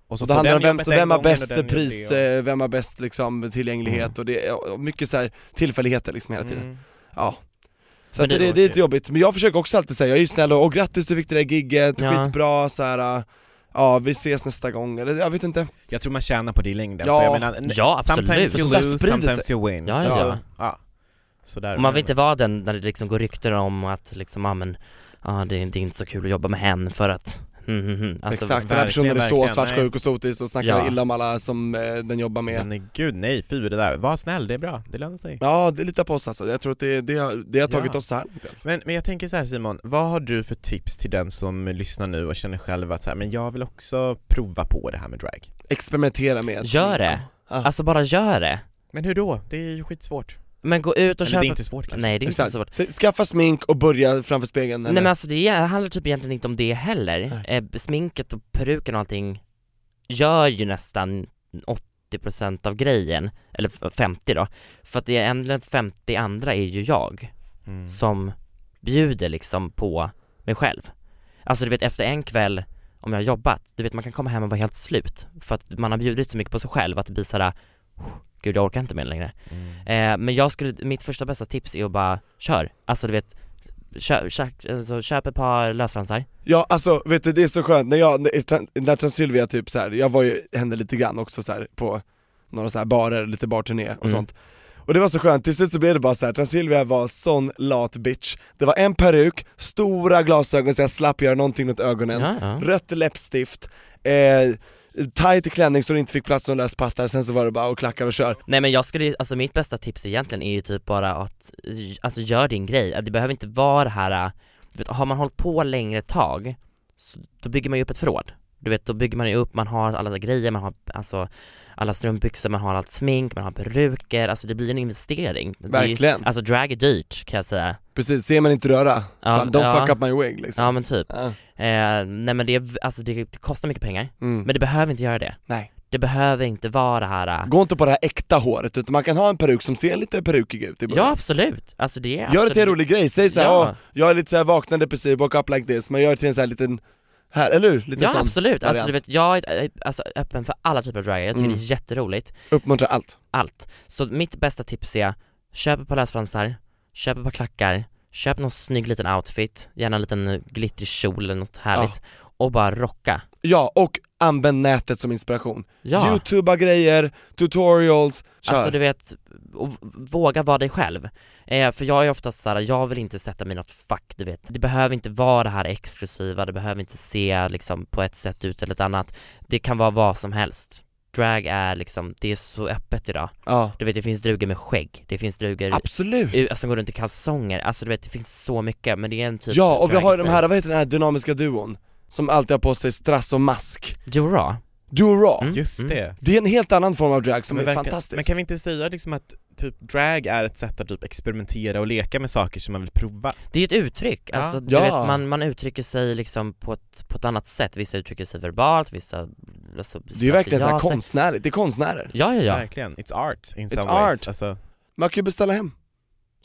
Speaker 7: Och
Speaker 6: Så
Speaker 7: får
Speaker 6: det handlar
Speaker 7: den
Speaker 6: om vem,
Speaker 7: jobbet
Speaker 6: så
Speaker 7: den
Speaker 6: vem har
Speaker 7: gången och
Speaker 6: bäst
Speaker 7: den gör det
Speaker 6: pris,
Speaker 7: och-
Speaker 6: eh, vem har bäst liksom tillgänglighet
Speaker 5: Mm.
Speaker 6: och det är och mycket såhär tillfälligheter liksom hela tiden.
Speaker 7: Mm.
Speaker 6: Ja. Så
Speaker 5: Men
Speaker 6: att det,
Speaker 5: det
Speaker 6: det,
Speaker 5: är
Speaker 6: är lite jobbigt, men jag försöker också alltid säga, jag är ju snäll och, och grattis du fick det där gigget,
Speaker 5: Ja.
Speaker 6: skitbra såhär, ja vi ses nästa gång, eller jag vet inte.
Speaker 5: Alltså,
Speaker 7: Jag tror man tjänar på det i längden,
Speaker 6: Ja.
Speaker 7: för jag menar, n-
Speaker 5: Ja, absolut.
Speaker 7: sometimes you
Speaker 6: Så där
Speaker 7: lose,
Speaker 6: sprider
Speaker 7: sometimes
Speaker 6: sig.
Speaker 7: you win.
Speaker 5: Ja, ja.
Speaker 7: Alltså, ja. Sådär.
Speaker 5: och man vill inte vara den när det liksom går rykten om att liksom, ja men, ja det, är- det är inte så kul att jobba med hen för att, mm, mm, mm. Alltså,
Speaker 6: Exakt, den här personen är
Speaker 7: verkligen,
Speaker 6: så
Speaker 7: verkligen,
Speaker 6: svartsjuk och sotis och snackar
Speaker 5: Ja. Mm.
Speaker 6: illa om alla som eh, den jobbar med.
Speaker 7: Men gud nej, fy det där. Var snäll, det är bra. Det lönar sig.
Speaker 6: Ja, det lita på oss alltså, jag tror att det, det, har- det har tagit
Speaker 7: Ja.
Speaker 6: oss så här.
Speaker 7: Men, men jag tänker så här Simon, vad har du för tips till den som lyssnar nu och känner själv att så här, men jag vill också prova på det här med drag?
Speaker 6: Experimentera med.
Speaker 5: Gör det!
Speaker 6: Ja.
Speaker 5: Alltså bara gör det!
Speaker 7: Men hur då? Det är ju skitsvårt.
Speaker 5: Men gå ut och
Speaker 7: Eller
Speaker 5: köp
Speaker 7: det är inte svårt kanske.
Speaker 5: Nej det är inte så
Speaker 6: Exakt.
Speaker 5: svårt
Speaker 6: Så Skaffa smink och börja framför spegeln.
Speaker 5: Nej
Speaker 6: eller?
Speaker 5: men alltså det handlar typ egentligen inte om det heller. Eh, sminket och peruken och allting gör ju nästan 80% av grejen, eller f- 50 då. För att det är ändligen 50 andra är ju jag
Speaker 7: Mm.
Speaker 5: som bjuder liksom på mig själv. Alltså du vet efter en kväll, om jag har jobbat, du vet man kan komma hem och vara helt slut. För att man har bjudit så mycket på sig själv att det blir såhär, gud jag orkar inte mer längre.
Speaker 7: Mm.
Speaker 5: Eh, men jag skulle, mitt första bästa tips är att bara kör, alltså du vet Köp, köp, alltså, köp ett par lösfransar
Speaker 6: Ja alltså vet du det är så skönt, när jag, när- när Transylvia typ så här, jag var ju henne lite grann också så här på några så här barer, lite barturné och
Speaker 5: Mm.
Speaker 6: sånt Och det var så skönt, till slut så blev det bara så här. Transilvia var sån lat bitch. Det var en peruk, stora glasögon så jag slapp göra någonting åt ögonen,
Speaker 5: Ja, ja.
Speaker 6: rött läppstift, eh, tight klänning så det inte fick plats några löspattar, sen så var det bara och klackar och kör.
Speaker 5: Nej men jag skulle, alltså mitt bästa tips egentligen är ju typ bara att, eh, alltså gör din grej, Att det behöver inte vara det här, eh, du vet, har man hållit på längre ett tag, så, då bygger man ju upp ett förråd. Du vet, då bygger man ju upp, man har alla grejer, man har alltså alla strumpbyxor, man har allt smink, man har peruker, alltså det blir en investering. Det är ju-
Speaker 6: Verkligen.
Speaker 5: Alltså drag är dyrt kan jag säga.
Speaker 6: Precis, ser man inte röra,
Speaker 5: Ja,
Speaker 6: fan, don't
Speaker 5: ja.
Speaker 6: fuck up my wig liksom.
Speaker 5: Ja men typ.
Speaker 6: Ja.
Speaker 5: Eh, nej men det, är v- alltså det, det kostar mycket pengar,
Speaker 6: Mm.
Speaker 5: men det behöver inte göra det.
Speaker 6: Nej.
Speaker 5: Det behöver inte vara det här eh,
Speaker 6: Gå inte på det här äkta håret utan man kan ha en peruk som ser lite perukig ut i början.
Speaker 5: Ja absolut, alltså det är
Speaker 6: Gör det
Speaker 5: absolut...
Speaker 6: till en rolig grej, säg såhär
Speaker 5: Ja.
Speaker 6: ja. jag är lite såhär vaknande precis, walk up like this, men gör det till en sån här liten, här, eller hur? Lite
Speaker 5: Ja
Speaker 6: sån
Speaker 5: absolut, alltså
Speaker 6: liksom, variant.
Speaker 5: du vet jag är eh, alltså, öppen för alla typer av drag, jag tycker
Speaker 6: Mm.
Speaker 5: det är jätteroligt,
Speaker 6: Uppmuntra allt.
Speaker 5: allt. Så mitt bästa tips är, köp ett par lösfransar, köp ett par klackar, köp någon snygg liten outfit, gärna en liten eh, glittrig kjol eller något härligt, och bara rocka.
Speaker 6: Ja, och använd nätet som inspiration.
Speaker 5: Ja,
Speaker 6: Youtuba grejer, tutorials, kör.
Speaker 5: alltså du vet, och v- våga vara dig själv. Eh, för jag är oftast såhär, jag vill inte sätta mig i något fack du vet. Det behöver inte vara det här exklusiva, det behöver inte se liksom på ett sätt ut eller ett annat. Det kan vara vad som helst. Drag är liksom, det är så öppet idag.
Speaker 6: Ja.
Speaker 5: Du vet det finns drugor med skägg, det finns drugor
Speaker 6: Absolut!
Speaker 5: u- som går runt i kalsonger, alltså du vet det finns så mycket men det är en typ
Speaker 6: Ja, och vi
Speaker 5: drag
Speaker 6: har ju
Speaker 5: i
Speaker 6: de
Speaker 5: sig.
Speaker 6: här, vad heter den här dynamiska duon? Som alltid har på sig strass och mask.
Speaker 5: Joe Raw.
Speaker 6: Duo Raw.
Speaker 5: Mm,
Speaker 7: Just
Speaker 5: mm.
Speaker 7: det.
Speaker 6: Det är en helt annan form av drag som är
Speaker 7: verkar-
Speaker 6: fantastisk.
Speaker 7: Men kan vi inte säga liksom att typ drag är ett sätt att typ experimentera och leka med saker som man vill prova?
Speaker 5: Det är ju ett uttryck,
Speaker 7: Ja.
Speaker 5: alltså du
Speaker 6: Ja.
Speaker 5: vet man, man uttrycker sig liksom på ett, på ett annat sätt, vissa uttrycker sig verbalt, vissa alltså,
Speaker 6: Det är ju verkligen såhär
Speaker 5: teater.
Speaker 6: konstnärligt, det är konstnärer.
Speaker 5: Ja ja ja,
Speaker 7: Verkligen. It's art in
Speaker 6: It's
Speaker 7: some ways.
Speaker 6: art.
Speaker 7: Alltså,
Speaker 6: Man kan ju beställa hem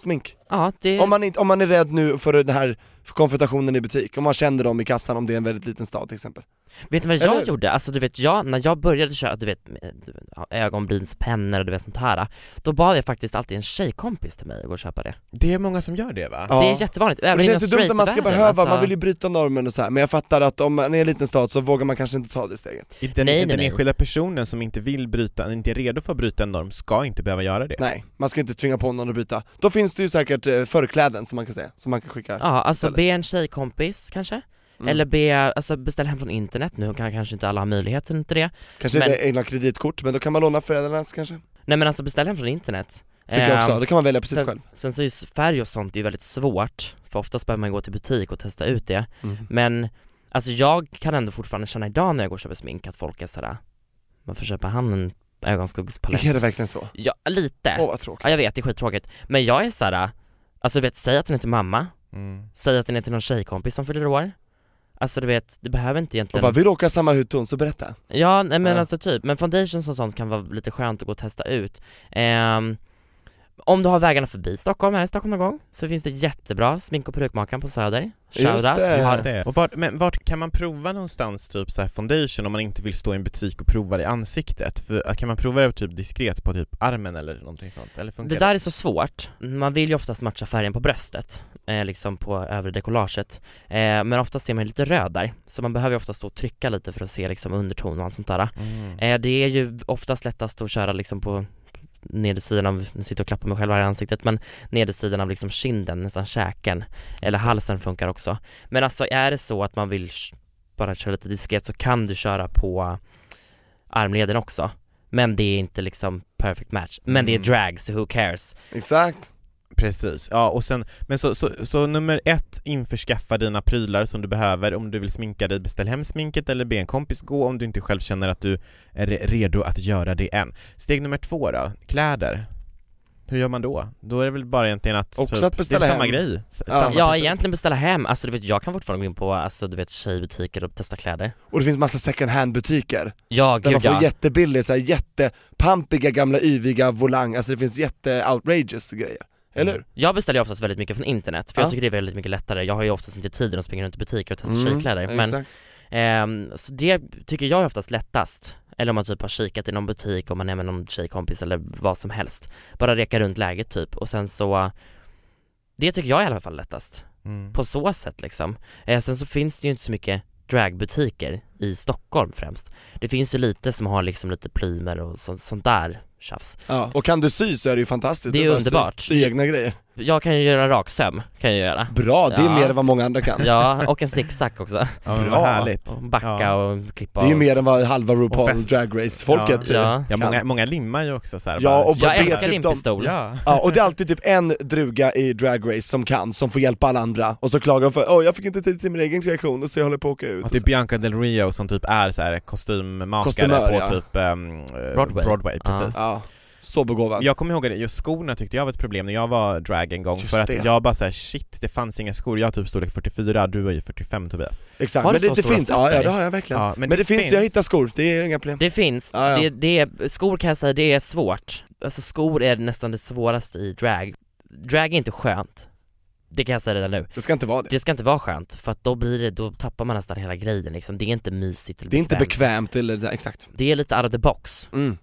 Speaker 6: smink.
Speaker 5: ja det,
Speaker 6: Om man, inte, om man är rädd nu för den här konfrontationen i butik, om man känner dem i kassan om det är en väldigt liten stad till exempel.
Speaker 5: vet ni vad jag
Speaker 6: eller-
Speaker 5: gjorde? Alltså du vet jag, när jag började köra, du vet med- du vet, ja, ögonbrynspennor och du vet sånt här Då bad jag faktiskt alltid en tjejkompis till mig att gå och köpa det
Speaker 7: det är många som gör det va?
Speaker 6: Ja.
Speaker 5: Det är jättevanligt,
Speaker 6: Och
Speaker 5: även
Speaker 6: det
Speaker 5: inom
Speaker 6: känns ju dumt att man ska
Speaker 5: straightvärlden,
Speaker 6: behöva, man
Speaker 5: alltså.
Speaker 6: vill ju bryta normen och så här. men jag fattar att om man är en liten stad så vågar man kanske inte ta det steget.
Speaker 7: I Den,
Speaker 5: Nej,
Speaker 7: i
Speaker 5: nej,
Speaker 7: den
Speaker 5: nej.
Speaker 7: enskilda personen som inte vill bryta, inte är redo för att bryta en norm, ska inte behöva göra det.
Speaker 6: Nej, man ska inte tvinga på någon att bryta. Då finns det ju säkert eh, förkläden som man kan säga, som man kan skicka.
Speaker 5: Ja, alltså
Speaker 6: Eller?
Speaker 5: be en tjejkompis kanske,
Speaker 6: Mm.
Speaker 5: eller be, alltså beställ hem från internet, nu kan kanske inte alla ha möjligheten till det
Speaker 6: kanske
Speaker 5: men-
Speaker 6: inte egna kreditkort, men då kan man låna föräldrarnas kanske.
Speaker 5: Nej men alltså beställ hem från internet
Speaker 6: Tycker jag också,
Speaker 5: Ehm,
Speaker 6: det kan man välja precis
Speaker 5: sen,
Speaker 6: själv.
Speaker 5: Sen så är ju s- färg och sånt är ju väldigt svårt, för oftast behöver man gå till butik och testa ut det
Speaker 6: Mm.
Speaker 5: Men, alltså jag kan ändå fortfarande känna idag när jag går och köper smink att folk är sådär, varför köper han en ögonskuggspalett?
Speaker 6: Är det verkligen så?
Speaker 5: Ja, lite.
Speaker 6: Åh vad tråkigt.
Speaker 5: Ja jag vet, det är skittråkigt. Men jag är såhär, alltså du vet, säg att den är till mamma,
Speaker 7: Mm.
Speaker 5: säg att den är till någon tjejkompis som fyller år Alltså du vet, det behöver inte
Speaker 6: Och
Speaker 5: egentligen
Speaker 6: bara, vi råkar ha samma hudton, så berätta.
Speaker 5: Ja, nej men
Speaker 6: Ja.
Speaker 5: alltså typ, men foundations och sånt kan vara lite skönt att gå och testa ut Ehm, Om du har vägarna förbi Stockholm, här i Stockholm någon gång, så finns det jättebra smink och perukmakaren på Söder Shoutout,
Speaker 6: Just det.
Speaker 5: som
Speaker 7: Just
Speaker 5: har-
Speaker 7: det. Och vart, men vart kan man prova någonstans typ så här foundation om man inte vill stå i en butik och prova det i ansiktet? För, kan man prova det typ diskret på typ armen eller någonting sånt? Eller funkar
Speaker 5: Det där är så svårt, man vill ju oftast matcha färgen på bröstet, eh, liksom på övre dekollaget eh, Men oftast ser man ju lite röd där, så man behöver ju oftast stå och trycka lite för att se liksom underton och allt sånt där
Speaker 7: Mm.
Speaker 5: Eh, det är ju oftast lättast att köra liksom på nedersidan av, nu sitter jag och klappar mig själv här i ansiktet, men nedersidan av liksom kinden, nästan käken, eller
Speaker 7: det.
Speaker 5: halsen funkar också. Men alltså är det så att man vill sh- bara köra lite diskret så kan du köra på armleden också. Men det är inte liksom perfect match. Men det är
Speaker 7: Mm.
Speaker 5: drag, så who cares?
Speaker 6: Exakt.
Speaker 7: Precis, ja och sen, men så, så, så nummer ett, införskaffa dina prylar som du behöver om du vill sminka dig, beställ hem sminket eller be en kompis gå om du inte själv känner att du är re- redo att göra det än. Steg nummer två då, kläder. Hur gör man då? Då är det väl bara egentligen att...
Speaker 6: Också
Speaker 7: typ-
Speaker 6: att beställa
Speaker 7: Det är samma
Speaker 6: hem.
Speaker 7: grej. S-
Speaker 6: Ja.
Speaker 7: Samma
Speaker 5: Ja,
Speaker 7: person.
Speaker 5: egentligen beställa hem, alltså du vet jag kan fortfarande gå in på alltså du vet tjejbutiker och testa kläder.
Speaker 6: Och det finns massa second hand butiker.
Speaker 5: Ja,
Speaker 6: Där man
Speaker 5: gud
Speaker 6: får
Speaker 5: ja.
Speaker 6: jättebillig, så här, jättepampiga gamla yviga volang, alltså det finns jätte-outrageous grejer. Eller hur?
Speaker 5: Jag beställer ju oftast väldigt mycket från internet, för
Speaker 6: Ja.
Speaker 5: jag tycker det är väldigt mycket lättare. Jag har ju oftast inte tiden att springa runt i butiker och testa
Speaker 6: Mm,
Speaker 5: tjejkläder. Men,
Speaker 6: exakt.
Speaker 5: ehm, så det tycker jag är oftast lättast. Eller om man typ har kikat i någon butik, om man är med någon tjejkompis eller vad som helst. Bara reka runt läget typ och sen så Det tycker jag i alla fall lättast,
Speaker 7: Mm.
Speaker 5: på så sätt liksom. Eh, sen så finns det ju inte så mycket dragbutiker i Stockholm främst. Det finns ju lite som har liksom lite plymer och sånt, sånt där tjafs.
Speaker 6: Ja. Och kan du sy så är det ju fantastiskt.
Speaker 5: Det är
Speaker 6: Du bara sy-
Speaker 5: underbart.
Speaker 6: Sy egna grejer.
Speaker 5: Jag kan ju göra en raksöm, kan jag göra.
Speaker 6: Bra, det är
Speaker 5: Ja.
Speaker 6: mer än vad många andra kan.
Speaker 5: Ja, och en snicksack också.
Speaker 7: Ja, men
Speaker 6: Bra.
Speaker 7: vad härligt.
Speaker 5: Och Backa
Speaker 7: Ja.
Speaker 5: och klippa
Speaker 6: Det är ju
Speaker 5: och-
Speaker 6: mer än vad halva
Speaker 7: Och
Speaker 6: RuPaul
Speaker 7: fest.
Speaker 6: Drag Race-folket
Speaker 5: Ja.
Speaker 6: eh,
Speaker 5: Ja.
Speaker 7: Ja,
Speaker 6: kan.
Speaker 7: många, många limmar ju också så här,
Speaker 6: Ja,
Speaker 7: bara-
Speaker 6: och
Speaker 5: Jag
Speaker 6: det är
Speaker 5: älskar
Speaker 6: typ
Speaker 5: din
Speaker 6: de-
Speaker 5: pistol.
Speaker 7: Ja.
Speaker 6: Ja, och det är alltid typ en druga i Drag Race som kan, som får hjälpa alla andra, och så klagar de för åh jag fick inte tid till min egen kreation, och så jag håller på att åka ut
Speaker 7: Och
Speaker 6: och
Speaker 7: typ
Speaker 6: så.
Speaker 7: Bianca Del Rio som typ är så här kostymmakare
Speaker 6: Kostymör,
Speaker 7: på
Speaker 6: ja.
Speaker 7: typ ehm, eh,
Speaker 5: Broadway.
Speaker 7: Broadway precis.
Speaker 6: Ja, så begåvad.
Speaker 7: Jag kommer ihåg att just skorna tyckte jag var ett problem när jag var drag en gång,
Speaker 6: Just
Speaker 7: för att
Speaker 6: det.
Speaker 7: jag bara såhär shit, det fanns inga skor, jag har typ storlek 44, du är ju 45 Tobias.
Speaker 6: Exakt,
Speaker 5: Har
Speaker 6: men
Speaker 5: du
Speaker 6: det
Speaker 5: så
Speaker 6: är
Speaker 5: stora
Speaker 6: fint, ja,
Speaker 5: fötter?
Speaker 6: ja det har jag verkligen.
Speaker 7: Ja,
Speaker 6: men, det, finns, jag hittar skor, det är inga problem.
Speaker 5: Det finns,
Speaker 6: Ja, ja.
Speaker 5: Det, det är, skor kan jag säga, det är svårt. Alltså skor är nästan det svåraste i drag. Drag är inte skönt. Det kan jag säga redan nu.
Speaker 6: Det ska inte vara det.
Speaker 5: Det ska inte vara skönt, för att då blir det, då tappar man nästan hela grejen liksom. Det är inte mysigt eller
Speaker 6: Det är inte
Speaker 5: bekvämt.
Speaker 6: bekvämt eller, det- exakt.
Speaker 5: Det är lite out of the box.
Speaker 6: Mm.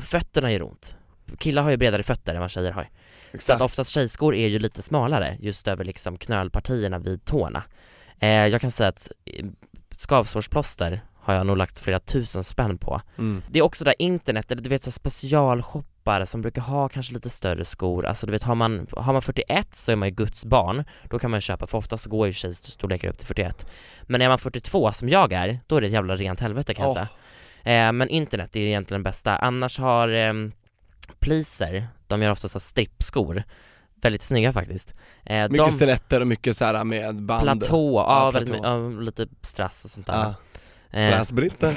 Speaker 5: Fötterna gör ont. Killar har ju bredare fötter än vad tjejer har. Så att
Speaker 6: Exakt.
Speaker 5: oftast tjejskor är ju lite smalare just över liksom knölpartierna vid tårna. Eh, jag kan säga att eh, skavsårsplåster har jag nog lagt flera tusen spänn på.
Speaker 6: Mm.
Speaker 5: Det är också där internet, eller du vet så här specialshoppar som brukar ha kanske lite större skor, alltså du vet har man, har man 41 så är man ju Guds barn, då kan man ju köpa, för oftast så går ju tjejstorlekar upp till 41. Men är man 42 som jag är, då är det ett jävla rent helvete kan jag
Speaker 6: Åh.
Speaker 5: säga. Eh, men internet är egentligen den bästa, annars har ehm, pleaser, de gör ofta så här strippskor, väldigt snygga faktiskt. Eh,
Speaker 6: Mycket
Speaker 5: de,
Speaker 6: stiletter och mycket så här med band.
Speaker 5: platå, ja,
Speaker 6: Ja,
Speaker 5: väldigt, my-
Speaker 6: platå.
Speaker 5: ja, lite strass och sånt där.
Speaker 6: Ja.
Speaker 5: Eh,
Speaker 6: Strassbritter.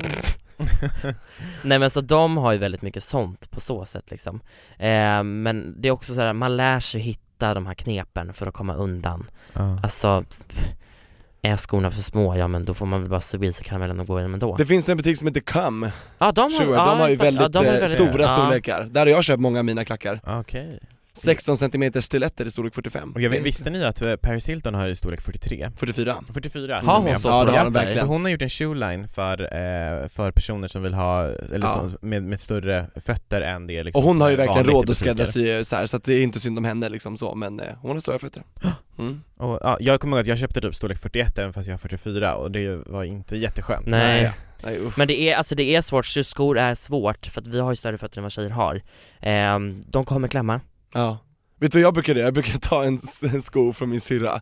Speaker 5: Nej men så de har ju väldigt mycket sånt på så sätt liksom. Eh, men det är också så här, man lär sig hitta de här knepen för att komma undan.
Speaker 7: Ja.
Speaker 5: Alltså, pff, är skorna för små, ja men då får man väl bara suga i sig karamellen och gå in ändå.
Speaker 6: Det finns en butik som heter Come,
Speaker 5: Ja de har,
Speaker 6: Sure,
Speaker 5: ja,
Speaker 6: de har ju
Speaker 5: exakt.
Speaker 6: väldigt,
Speaker 5: Ja, de har
Speaker 6: eh,
Speaker 5: väldigt-
Speaker 6: stora
Speaker 5: ja.
Speaker 6: storlekar. Där har jag köpt många av mina klackar.
Speaker 7: Okej.
Speaker 6: 16 cm stiletter i storlek 45.
Speaker 7: Och jag vet, visste ni att eh, Paris Hilton har ju storlek 43?
Speaker 6: 44.
Speaker 7: 44
Speaker 5: Har hon
Speaker 7: är med.
Speaker 5: så
Speaker 6: Ja, det har
Speaker 5: stora
Speaker 6: de
Speaker 5: hjärtar?
Speaker 6: verkligen.
Speaker 7: Så hon har gjort en shoeline för, eh, för personer som vill ha, eller
Speaker 6: Ja.
Speaker 7: som, med, med större fötter än det liksom
Speaker 6: Och hon
Speaker 7: som
Speaker 6: har ju
Speaker 7: är
Speaker 6: verkligen
Speaker 7: vanligt i
Speaker 6: råd att
Speaker 7: butiker.
Speaker 6: skräddarsy så här, så att det är inte synd om henne liksom så, men eh, hon har stora fötter. Mm.
Speaker 7: Och, ja, jag kommer ihåg att jag köpte typ storlek 41 även fast jag har 44 och det var inte jätteskönt
Speaker 5: Nej.
Speaker 6: Nej, usch.
Speaker 5: Men det är, alltså det är svårt, just skor är svårt för att vi har ju större fötter än vad tjejer har. Eh, de kommer klämma.
Speaker 6: Ja. Vet du vad jag brukar göra? Jag brukar ta en, s- en sko från min syrra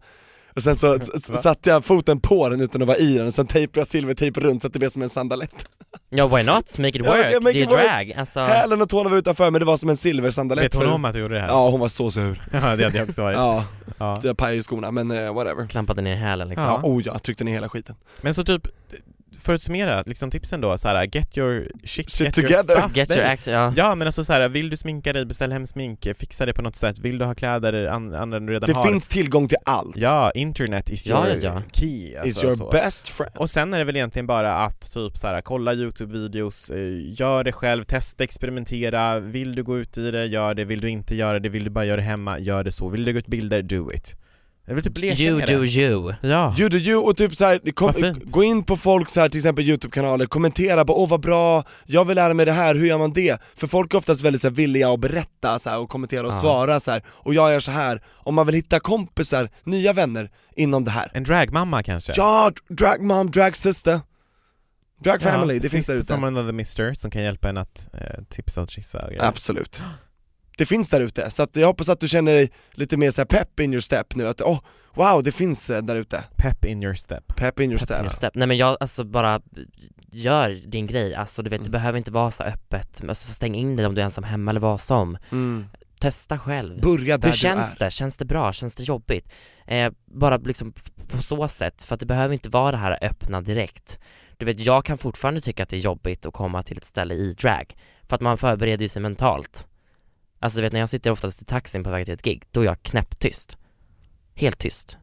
Speaker 6: och sen så s- s- satte jag foten på den utan att vara i den, och sen tejpade jag silvertejp runt så att det blev som en sandalett.
Speaker 5: Ja why not, make it
Speaker 6: Ja,
Speaker 5: work,
Speaker 6: ja, make
Speaker 5: det är
Speaker 6: it work.
Speaker 5: drag. Alltså,
Speaker 6: Hälen och tårna var utanför men det var som en silversandalett.
Speaker 7: Vet hon
Speaker 6: för-
Speaker 7: om att du gjorde det här?
Speaker 6: Ja, hon var så sur.
Speaker 7: Ja, det hade jag också varit
Speaker 6: Ja,
Speaker 7: Ja.
Speaker 6: jag pajade ju skorna men eh, whatever.
Speaker 5: klampade ner i hälen liksom.
Speaker 6: Ja,
Speaker 7: Ja.
Speaker 6: oh ja, tryckte ner hela skiten.
Speaker 7: Men så typ, för att summera, liksom tipsen då, så här, get your shit,
Speaker 6: Shit
Speaker 7: get
Speaker 6: together.
Speaker 7: your stuff
Speaker 5: Get your
Speaker 7: there.
Speaker 5: action, ja.
Speaker 7: Ja men alltså så här, vill du sminka dig, beställ hem smink, fixa det på något sätt, vill du ha kläder an- andra än du redan
Speaker 6: Det
Speaker 7: har
Speaker 6: finns tillgång till allt.
Speaker 7: Ja, internet is
Speaker 5: Ja,
Speaker 7: your
Speaker 5: ja, ja.
Speaker 7: key
Speaker 6: Is
Speaker 7: alltså,
Speaker 6: your
Speaker 7: så.
Speaker 6: best friend.
Speaker 7: Och sen är det väl egentligen bara att typ så här, kolla YouTube-videos, eh, gör det själv, testa, experimentera, vill du gå ut i det, gör det, vill du inte göra det, vill du bara göra det hemma, gör det så, vill du lägga ut bilder, do it. Jag vill typ leka
Speaker 5: You
Speaker 7: med
Speaker 5: do
Speaker 7: det.
Speaker 5: you.
Speaker 7: Ja.
Speaker 6: You do you och typ så här, kom,
Speaker 7: Vad fint.
Speaker 6: gå in på folk så här, till exempel YouTube-kanaler, kommentera bara åh vad bra, jag vill lära mig det här, hur gör man det? För folk är oftast väldigt så här, villiga att berätta så här, och kommentera och
Speaker 5: Ja.
Speaker 6: svara så här. och jag gör så här. om man vill hitta kompisar, nya vänner inom det här.
Speaker 7: En dragmamma kanske?
Speaker 6: Ja, drag mom, drag sister, drag family, det finns
Speaker 7: sister
Speaker 6: där ute.
Speaker 7: from another mister som kan hjälpa en att eh, tipsa och kissa och grejer.
Speaker 6: Absolut. Det finns där ute, så att jag hoppas att du känner dig lite mer så här, pepp in your step nu, att åh, wow det finns eh, där ute.
Speaker 7: Pep in your step.
Speaker 6: Pepp in your step.
Speaker 5: Just det. Nej men jag, alltså bara gör din grej, alltså du vet
Speaker 6: Mm.
Speaker 5: det behöver inte vara så öppet, alltså, stäng in dig om du är ensam hemma eller vad som.
Speaker 6: Mm.
Speaker 5: Testa själv.
Speaker 6: Börja där
Speaker 5: Hur
Speaker 6: du är.
Speaker 5: känns det? Känns det bra? Känns det jobbigt? Eh, bara liksom på så sätt, för att det behöver inte vara det här öppna direkt. Du vet, jag kan fortfarande tycka att det är jobbigt att komma till ett ställe i drag, för att man förbereder ju sig mentalt. Alltså du vet när jag sitter oftast i taxin på väg till ett gig, då är jag knäpptyst. Helt tyst.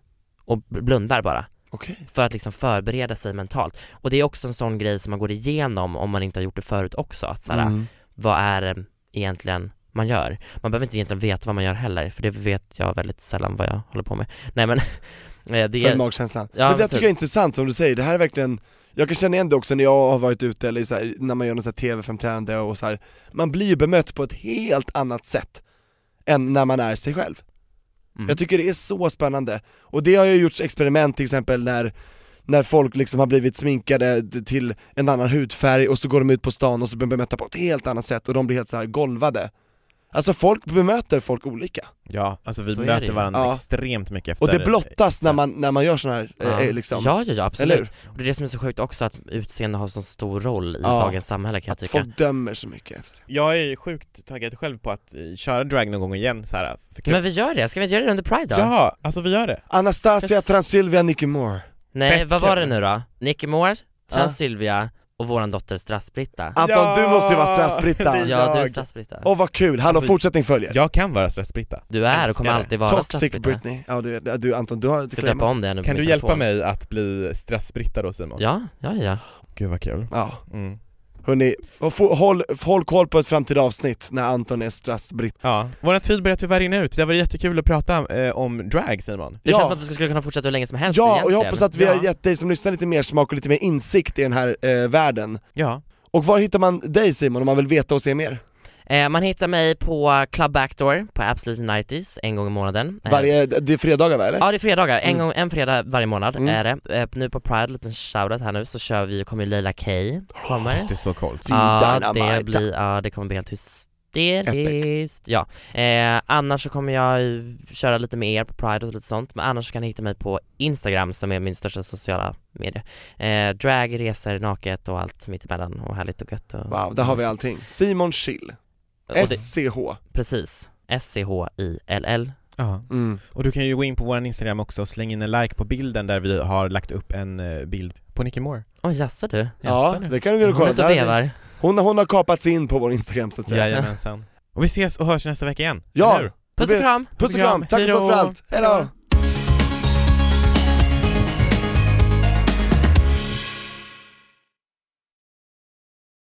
Speaker 5: Och blundar bara
Speaker 6: Okej.
Speaker 5: för att liksom förbereda sig mentalt. Och det är också en sån grej som man går igenom om man inte har gjort det förut också, att såhär,
Speaker 6: Mm.
Speaker 5: vad är det egentligen man gör? Man behöver inte egentligen veta vad man gör heller, för det vet jag väldigt sällan vad jag håller på med. Nej men, eh, det
Speaker 6: Följ
Speaker 5: är,
Speaker 6: magkänslan.
Speaker 5: Ja,
Speaker 6: men det
Speaker 5: men
Speaker 6: jag tycker
Speaker 5: typ.
Speaker 6: jag är intressant som du säger, det här är verkligen jag kan känna igen det också när jag har varit ute eller så här, när man gör något så här tv-framträdande och så här. man blir ju bemött på ett helt annat sätt än när man är sig själv.
Speaker 5: Mm.
Speaker 6: Jag tycker det är så spännande, och det har ju gjorts experiment till exempel när när folk liksom har blivit sminkade d- till en annan hudfärg och så går de ut på stan och så blir de bemötta på ett helt annat sätt och de blir helt så här golvade. Alltså folk bemöter folk olika.
Speaker 7: Ja, alltså vi
Speaker 5: Så är det
Speaker 7: möter
Speaker 5: ju.
Speaker 7: varandra
Speaker 6: Ja.
Speaker 7: extremt mycket efter
Speaker 6: Och det blottas när man, när man gör sådana här, eh,
Speaker 5: Ja.
Speaker 6: eh, liksom,
Speaker 5: Ja, ja, ja
Speaker 6: eller
Speaker 5: absolut.
Speaker 6: hur?
Speaker 5: Och det är det som är så sjukt också, att utseende har så stor roll i
Speaker 6: Ja.
Speaker 5: dagens samhälle kan jag
Speaker 6: Att
Speaker 5: tycka.
Speaker 6: folk dömer så mycket efter det.
Speaker 7: Jag är sjukt taggad själv på att eh, köra drag någon gång igen så här. för kul.
Speaker 5: Men vi gör det, ska vi inte göra det under Pride då?
Speaker 7: Jaha, alltså vi gör det?
Speaker 6: Anastasia,
Speaker 5: Yes.
Speaker 6: Transylvia, Nicky Moore.
Speaker 5: Nej,
Speaker 7: Fett
Speaker 5: vad var
Speaker 7: kul.
Speaker 5: det nu då? Nicky Moore,
Speaker 6: Ja.
Speaker 5: Transylvia och våran dotter Strassbritta.
Speaker 6: Anton,
Speaker 7: Ja!
Speaker 6: du måste ju vara
Speaker 7: Det
Speaker 6: strassbritta.
Speaker 7: är
Speaker 5: ja, du är
Speaker 7: jag.
Speaker 5: Strassbritta.
Speaker 6: Åh vad kul, hallå
Speaker 7: Alltså,
Speaker 6: fortsättning följer.
Speaker 7: Jag kan vara stressbritta.
Speaker 5: Du är och
Speaker 7: älskar
Speaker 5: kommer
Speaker 7: det.
Speaker 5: alltid vara
Speaker 6: Toxic
Speaker 5: Strassbritta.
Speaker 6: Britney. Ja du, du Anton, du har
Speaker 5: Ska döpa om det nu på
Speaker 7: Kan
Speaker 5: min
Speaker 7: du hjälpa
Speaker 5: telefon.
Speaker 7: mig att bli stressbritta då Simon?
Speaker 5: Ja, ja, ja.
Speaker 7: Gud vad kul.
Speaker 6: Ja,
Speaker 7: Mm.
Speaker 6: hörni, f- håll, håll koll på ett framtida avsnitt när Anton är strassbritt.
Speaker 7: Ja, vår tid börjar tyvärr rinna ut. Det var jättekul att prata eh, om drag Simon.
Speaker 5: Det
Speaker 6: Ja.
Speaker 5: känns som att vi skulle kunna fortsätta hur länge som helst
Speaker 6: Ja, och jag
Speaker 5: Alltså, egentligen.
Speaker 6: hoppas att vi
Speaker 7: Ja.
Speaker 6: har gett dig som lyssnar lite mer smak och lite mer insikt i den här eh, världen.
Speaker 7: Ja.
Speaker 6: Och var hittar man dig Simon om man vill veta och se mer?
Speaker 5: eh, Man hittar mig på Club Backdoor på Absolute 90s en gång i månaden. Eh,
Speaker 6: Varje, det är fredagar va eller?
Speaker 5: Ja det är fredagar, en,
Speaker 6: Mm.
Speaker 5: gång, en fredag varje månad
Speaker 6: Mm.
Speaker 5: är det. Eh, Nu på Pride, liten shoutout här nu, så kör vi, kommer ju Leila K kommer.
Speaker 7: Fast det är så coolt.
Speaker 5: Ja
Speaker 6: Dynamite.
Speaker 5: Ah, det, blir, ja det kommer bli helt hysteriskt. Ja. Eh, annars så kommer jag ju köra lite med er på Pride och lite sånt, men annars så kan ni hitta mig på Instagram som är min största sociala medie. Eh, drag, resor, naket och allt mitt emellan och härligt och gött. Och,
Speaker 6: Wow, där har vi allting. Simon Schill,
Speaker 5: och det,
Speaker 6: S-C-H.
Speaker 5: Precis, S-C-H-I-L-L.
Speaker 7: Ja.
Speaker 6: Mm.
Speaker 7: Och du kan ju gå in på vår Instagram också och slänga in en like på bilden där vi har lagt upp en eh, bild på Nicky Moore.
Speaker 5: Oj jaså du?
Speaker 6: Ja,
Speaker 7: Jaså,
Speaker 6: det kan du gå
Speaker 5: Hon
Speaker 6: och kolla.
Speaker 5: är ute och
Speaker 6: Där-
Speaker 5: vevar.
Speaker 6: Hon, hon har kapats in på vår Instagram så att säga.
Speaker 7: Jajamensan. Och vi ses och hörs nästa vecka igen.
Speaker 6: Ja,
Speaker 7: Eller hur?
Speaker 5: Puss och kram!
Speaker 6: puss och kram, tack för
Speaker 7: Hejdå.
Speaker 6: för allt, hejdå!